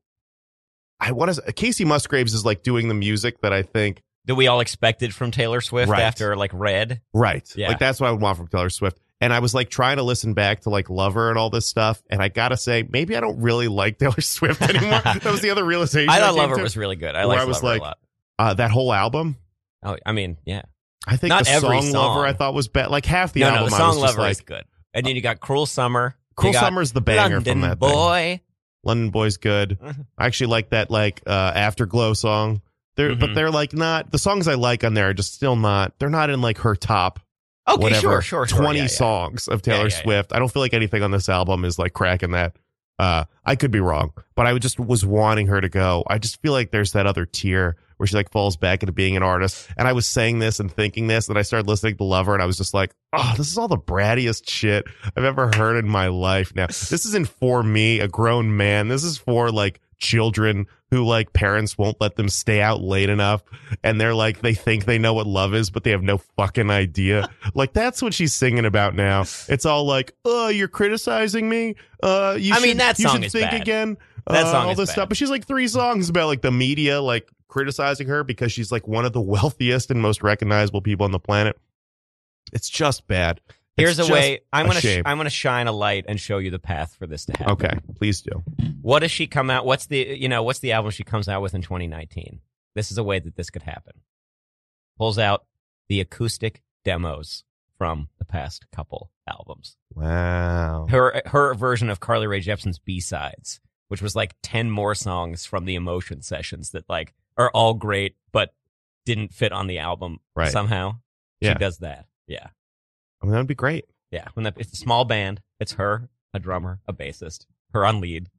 [SPEAKER 2] I want to Casey Musgraves is like doing the music that I think
[SPEAKER 1] that we all expected from Taylor Swift
[SPEAKER 2] Right.
[SPEAKER 1] after like Red.
[SPEAKER 2] Right.
[SPEAKER 1] Yeah.
[SPEAKER 2] Like that's what I would want from Taylor Swift. And I was like trying to listen back to like Lover and all this stuff. And I gotta say, maybe I don't really like [LAUGHS] Taylor
[SPEAKER 1] [LAUGHS]
[SPEAKER 2] Swift anymore. that was the other realization.
[SPEAKER 1] I thought
[SPEAKER 2] came
[SPEAKER 1] Lover
[SPEAKER 2] to.
[SPEAKER 1] was really good. I
[SPEAKER 2] Where
[SPEAKER 1] liked
[SPEAKER 2] I was
[SPEAKER 1] Lover
[SPEAKER 2] like-
[SPEAKER 1] a lot.
[SPEAKER 2] uh, that whole album.
[SPEAKER 1] Oh, I mean, yeah.
[SPEAKER 2] I think
[SPEAKER 1] Not
[SPEAKER 2] the
[SPEAKER 1] every
[SPEAKER 2] song, Lover
[SPEAKER 1] song.
[SPEAKER 2] I thought was bad. Like half the
[SPEAKER 1] no, no,
[SPEAKER 2] album
[SPEAKER 1] the
[SPEAKER 2] I was
[SPEAKER 1] song
[SPEAKER 2] just
[SPEAKER 1] Lover is
[SPEAKER 2] like
[SPEAKER 1] good. And then you got Cruel Summer.
[SPEAKER 2] Cool
[SPEAKER 1] you got
[SPEAKER 2] Summer's the banger
[SPEAKER 1] London
[SPEAKER 2] from that thing.
[SPEAKER 1] Boy.
[SPEAKER 2] London
[SPEAKER 1] [LAUGHS]
[SPEAKER 2] Boy's good. I actually like that like uh Afterglow song. They're
[SPEAKER 1] Mhm.
[SPEAKER 2] but they're like not the songs I like on there are just still not they're not in like her top
[SPEAKER 1] Okay,
[SPEAKER 2] whatever
[SPEAKER 1] sure, sure, sure.
[SPEAKER 2] 20
[SPEAKER 1] yeah, yeah.
[SPEAKER 2] songs of Taylor
[SPEAKER 1] Yeah, yeah, yeah.
[SPEAKER 2] Swift. I don't feel like anything on this album is like cracking that. Uh, I could be wrong, but I would just was wanting her to go. I just feel like there's that other tier where she like falls back into being an artist. And I was saying this and thinking this, and I started listening to Lover, and I was just like, oh, this is all the brattiest shit I've ever heard in my life. Now, this isn't for me, a grown man. This is for like children who like parents won't let them stay out late enough and they're like they think they know what love is but they have no fucking idea like that's what she's singing about now it's all like oh you're criticizing me uh you
[SPEAKER 1] I
[SPEAKER 2] should,
[SPEAKER 1] mean, that
[SPEAKER 2] you
[SPEAKER 1] song
[SPEAKER 2] should
[SPEAKER 1] is
[SPEAKER 2] think
[SPEAKER 1] bad.
[SPEAKER 2] again
[SPEAKER 1] That
[SPEAKER 2] uh,
[SPEAKER 1] song
[SPEAKER 2] all
[SPEAKER 1] is
[SPEAKER 2] this
[SPEAKER 1] bad.
[SPEAKER 2] stuff but she's like three songs about like the media like criticizing her because [LAUGHS] she's like one of the wealthiest and most recognizable people on the planet it's just bad
[SPEAKER 1] Here's
[SPEAKER 2] It's
[SPEAKER 1] a way. I'm
[SPEAKER 2] a
[SPEAKER 1] gonna sh-
[SPEAKER 2] shame.
[SPEAKER 1] I'm gonna shine a light and show you the path for this to happen.
[SPEAKER 2] Okay, please do.
[SPEAKER 1] What does she come out? What's the you know what's the album she comes out with in 2019? This is a way that this could happen. Pulls out the acoustic demos from the past couple albums.
[SPEAKER 2] Wow.
[SPEAKER 1] Her her version of Carly Rae Jepsen's B sides, which was like 10 more songs from the Emotion sessions that like are all great but didn't fit on the album
[SPEAKER 2] Right.
[SPEAKER 1] somehow.
[SPEAKER 2] Yeah.
[SPEAKER 1] She does that. Yeah.
[SPEAKER 2] I mean, that would be great.
[SPEAKER 1] Yeah, when the, it's a small band, it's her, a drummer, a bassist, her on lead.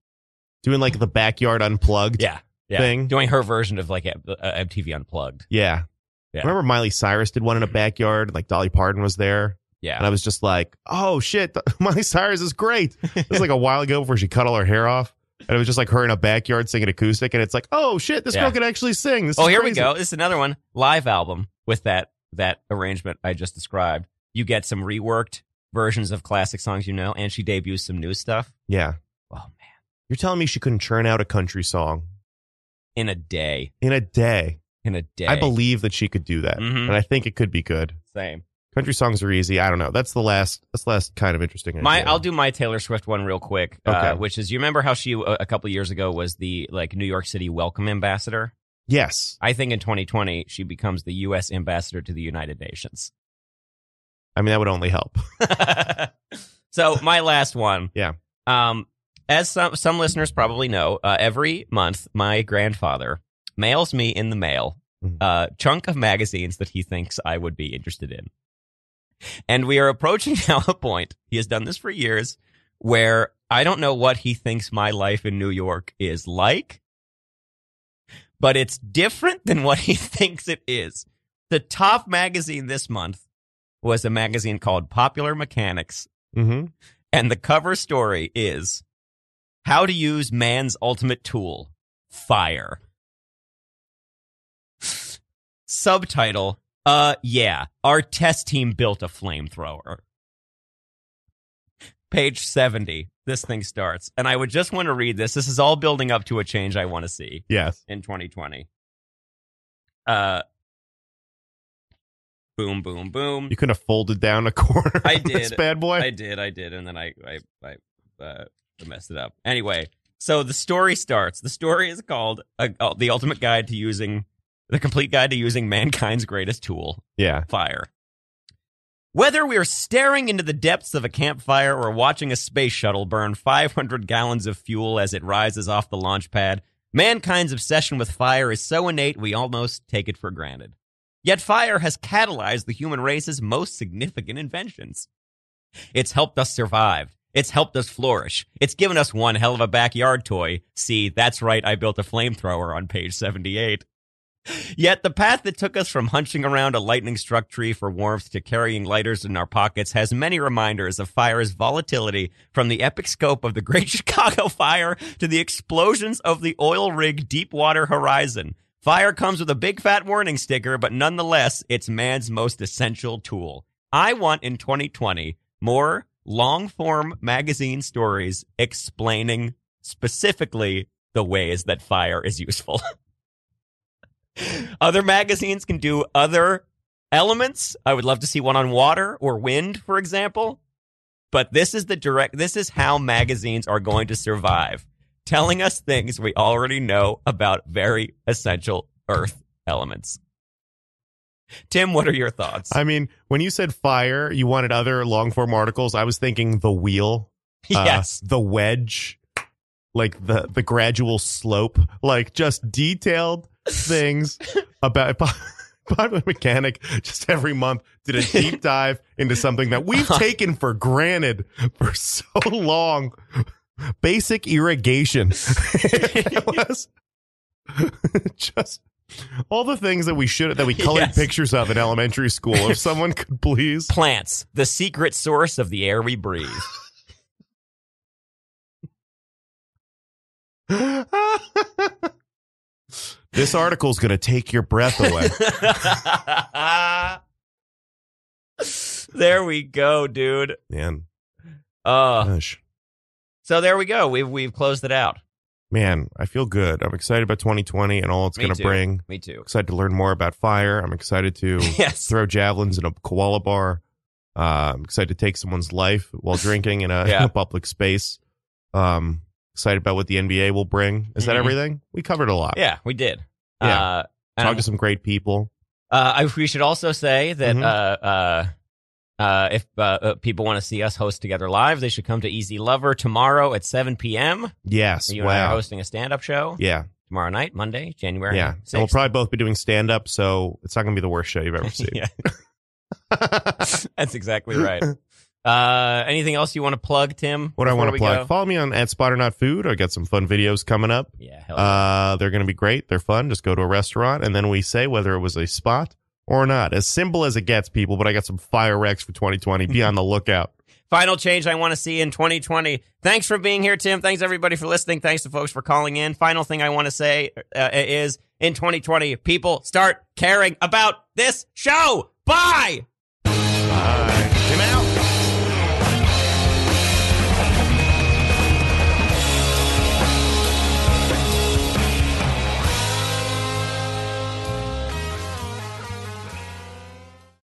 [SPEAKER 2] Doing like the backyard unplugged.
[SPEAKER 1] Yeah, yeah,
[SPEAKER 2] Thing.
[SPEAKER 1] doing her version of like M- uh, MTV Unplugged.
[SPEAKER 2] Yeah.
[SPEAKER 1] Yeah. Mm-hmm.
[SPEAKER 2] Remember Miley Cyrus did one in a backyard, like Dolly Parton was there.
[SPEAKER 1] Yeah.
[SPEAKER 2] And [LAUGHS] I was just like, oh shit, [LAUGHS] Miley Cyrus is great. It was like
[SPEAKER 1] [LAUGHS]
[SPEAKER 2] a while ago before she cut all her hair off. And it was just like her in a backyard singing acoustic. And it's like, oh shit, this
[SPEAKER 1] Yeah.
[SPEAKER 2] girl can actually sing. This
[SPEAKER 1] Oh,
[SPEAKER 2] is
[SPEAKER 1] here we
[SPEAKER 2] crazy.
[SPEAKER 1] go. This is another one live album with that that arrangement I just described. You get some reworked versions of classic songs you know, and she debuts some new stuff.
[SPEAKER 2] Yeah.
[SPEAKER 1] Oh man,
[SPEAKER 2] You're telling me she couldn't churn out a country song
[SPEAKER 1] in a day,
[SPEAKER 2] in a day.
[SPEAKER 1] in a day.
[SPEAKER 2] I believe that she could do that.
[SPEAKER 1] Mhm.
[SPEAKER 2] And I think it could be good.
[SPEAKER 1] Same.
[SPEAKER 2] Country songs are easy. I don't know. That's the last that's the last kind of interesting.
[SPEAKER 1] My,
[SPEAKER 2] idea.
[SPEAKER 1] I'll do my Taylor Swift one real quick, uh,
[SPEAKER 2] Okay.
[SPEAKER 1] which is you remember how she uh, a couple years ago was the like New York City welcome ambassador.
[SPEAKER 2] Yes.
[SPEAKER 1] I think in 2020 she becomes the U.S. ambassador to the United Nations.
[SPEAKER 2] I mean that would only help. [LAUGHS]
[SPEAKER 1] [LAUGHS] so my last one,
[SPEAKER 2] Yeah.
[SPEAKER 1] Um, as some some listeners probably know, uh, every month my grandfather mails me in the mail
[SPEAKER 2] Mhm.
[SPEAKER 1] a chunk of magazines that he thinks I would be interested in, and we are approaching [LAUGHS] now a point. He has done this for years, where I don't know what he thinks my life in New York is like, but it's different than what he [LAUGHS] thinks it is. The top magazine this month was a magazine called Popular Mechanics,
[SPEAKER 2] Mm-hmm.
[SPEAKER 1] and the cover story is How to Use Man's Ultimate Tool Fire. Subtitle Uh, yeah, our test team built a flamethrower. Page 70, this thing starts. And I would just want to read this. This is all building up to a change I want to see
[SPEAKER 2] Yes.
[SPEAKER 1] in 2020. Uh, boom, boom, boom.
[SPEAKER 2] You could have folded down a [LAUGHS] corner.
[SPEAKER 1] I
[SPEAKER 2] on This
[SPEAKER 1] did.
[SPEAKER 2] bad boy.
[SPEAKER 1] I did, I did, and then I I I uh, messed it up. Anyway, so the story starts. The story is called uh, uh, "The Ultimate Guide to Using the Complete Guide to Using Mankind's Greatest Tool,
[SPEAKER 2] yeah.
[SPEAKER 1] Fire." Whether we're staring into the depths of a campfire or watching a space shuttle burn 500 gallons of fuel as it rises off the launch pad, mankind's obsession with fire is so innate we almost take it for granted. Yet fire has catalyzed the human race's most significant inventions. It's helped us survive. It's helped us flourish. It's given us one hell of a backyard toy. See, that's right, I built a flamethrower on page 78. Yet the path that took us from hunching around a lightning struck tree for warmth to carrying lighters in our pockets has many reminders of fire's volatility from the epic scope of the Great [LAUGHS] Chicago Fire to the explosions of the oil rig Deepwater Horizon. Fire comes with a big fat warning sticker, but nonetheless, it's man's most essential tool. I want in 2020 more long form magazine stories explaining specifically the ways that fire is useful. [LAUGHS] other magazines can do other elements. I would love to see one on water or wind, for example. But this is the direct this is how magazines are going to survive, telling us things we already know about very essential earth elements. Tim, what are your thoughts? [LAUGHS]
[SPEAKER 2] I mean, when you said fire, you wanted other long form articles. I was thinking the wheel.
[SPEAKER 1] [LAUGHS]
[SPEAKER 2] uh,
[SPEAKER 1] yes.
[SPEAKER 2] the wedge. Like the the gradual slope. Like just detailed
[SPEAKER 1] [LAUGHS]
[SPEAKER 2] things about [LAUGHS] Popular Mechanic just every month did
[SPEAKER 1] [LAUGHS]
[SPEAKER 2] a deep dive into something that we've
[SPEAKER 1] Uh-huh.
[SPEAKER 2] taken for granted for [LAUGHS] so long. Basic irrigation. [LAUGHS] it was [LAUGHS] just all the things that we should that we colored
[SPEAKER 1] Yes.
[SPEAKER 2] pictures of in elementary school. If
[SPEAKER 1] [LAUGHS]
[SPEAKER 2] someone could please,
[SPEAKER 1] plants, the secret source of the air we
[SPEAKER 2] [LAUGHS]
[SPEAKER 1] breathe.
[SPEAKER 2] this article's gonna take your
[SPEAKER 1] [LAUGHS]
[SPEAKER 2] breath away.
[SPEAKER 1] there we go, dude.
[SPEAKER 2] Man,
[SPEAKER 1] Uh,
[SPEAKER 2] gosh,
[SPEAKER 1] so there we go. We've we've closed it out.
[SPEAKER 2] man, I feel good. I'm excited about 2020 and all it's
[SPEAKER 1] Me
[SPEAKER 2] gonna
[SPEAKER 1] too.
[SPEAKER 2] bring.
[SPEAKER 1] Me too. [LAUGHS]
[SPEAKER 2] Excited to learn more about fire. I'm excited to
[SPEAKER 1] Yes.
[SPEAKER 2] throw javelins in a koala bar. Uh, I'm excited to take someone's life while drinking in a,
[SPEAKER 1] [LAUGHS] Yeah.
[SPEAKER 2] in a [LAUGHS] public space. Um, excited about what the NBA will bring. Is that
[SPEAKER 1] Mhm.
[SPEAKER 2] everything? We covered a lot.
[SPEAKER 1] Yeah, we did.
[SPEAKER 2] Yeah.
[SPEAKER 1] Uh,
[SPEAKER 2] Talk
[SPEAKER 1] and,
[SPEAKER 2] to some great people.
[SPEAKER 1] uh, I, we should also say that
[SPEAKER 2] Mhm.
[SPEAKER 1] uh, uh, uh, if uh, uh, people want to see us host together live, they should come to Easy Lover tomorrow at 7 p.m.
[SPEAKER 2] Yes.
[SPEAKER 1] You and I are
[SPEAKER 2] wow.
[SPEAKER 1] hosting a stand-up show
[SPEAKER 2] Yeah.
[SPEAKER 1] tomorrow night, Monday, January.
[SPEAKER 2] Yeah. And
[SPEAKER 1] 6th.
[SPEAKER 2] we'll probably both be doing stand up, so it's not going to be the worst show you've ever seen.
[SPEAKER 1] [LAUGHS] yeah,
[SPEAKER 2] [LAUGHS]
[SPEAKER 1] that's exactly right. Uh, anything else you want to plug, Tim?
[SPEAKER 2] What I
[SPEAKER 1] before
[SPEAKER 2] want to
[SPEAKER 1] we
[SPEAKER 2] plug,
[SPEAKER 1] go?
[SPEAKER 2] follow me on at Spotter Not Food. I got some fun videos coming up.
[SPEAKER 1] Yeah, hell yeah.
[SPEAKER 2] Uh, they're going to be great. They're fun. Just go to a restaurant and then we say whether it was a spot or not. As simple as it gets, people, but I got some fire wrecks for 2020. Be on the lookout.
[SPEAKER 1] Final change I want to see in 2020. Thanks for being here, Tim. Thanks everybody for listening. Thanks to folks for calling in. Final thing I want to say uh, is in 2020, people start caring about this show. Bye.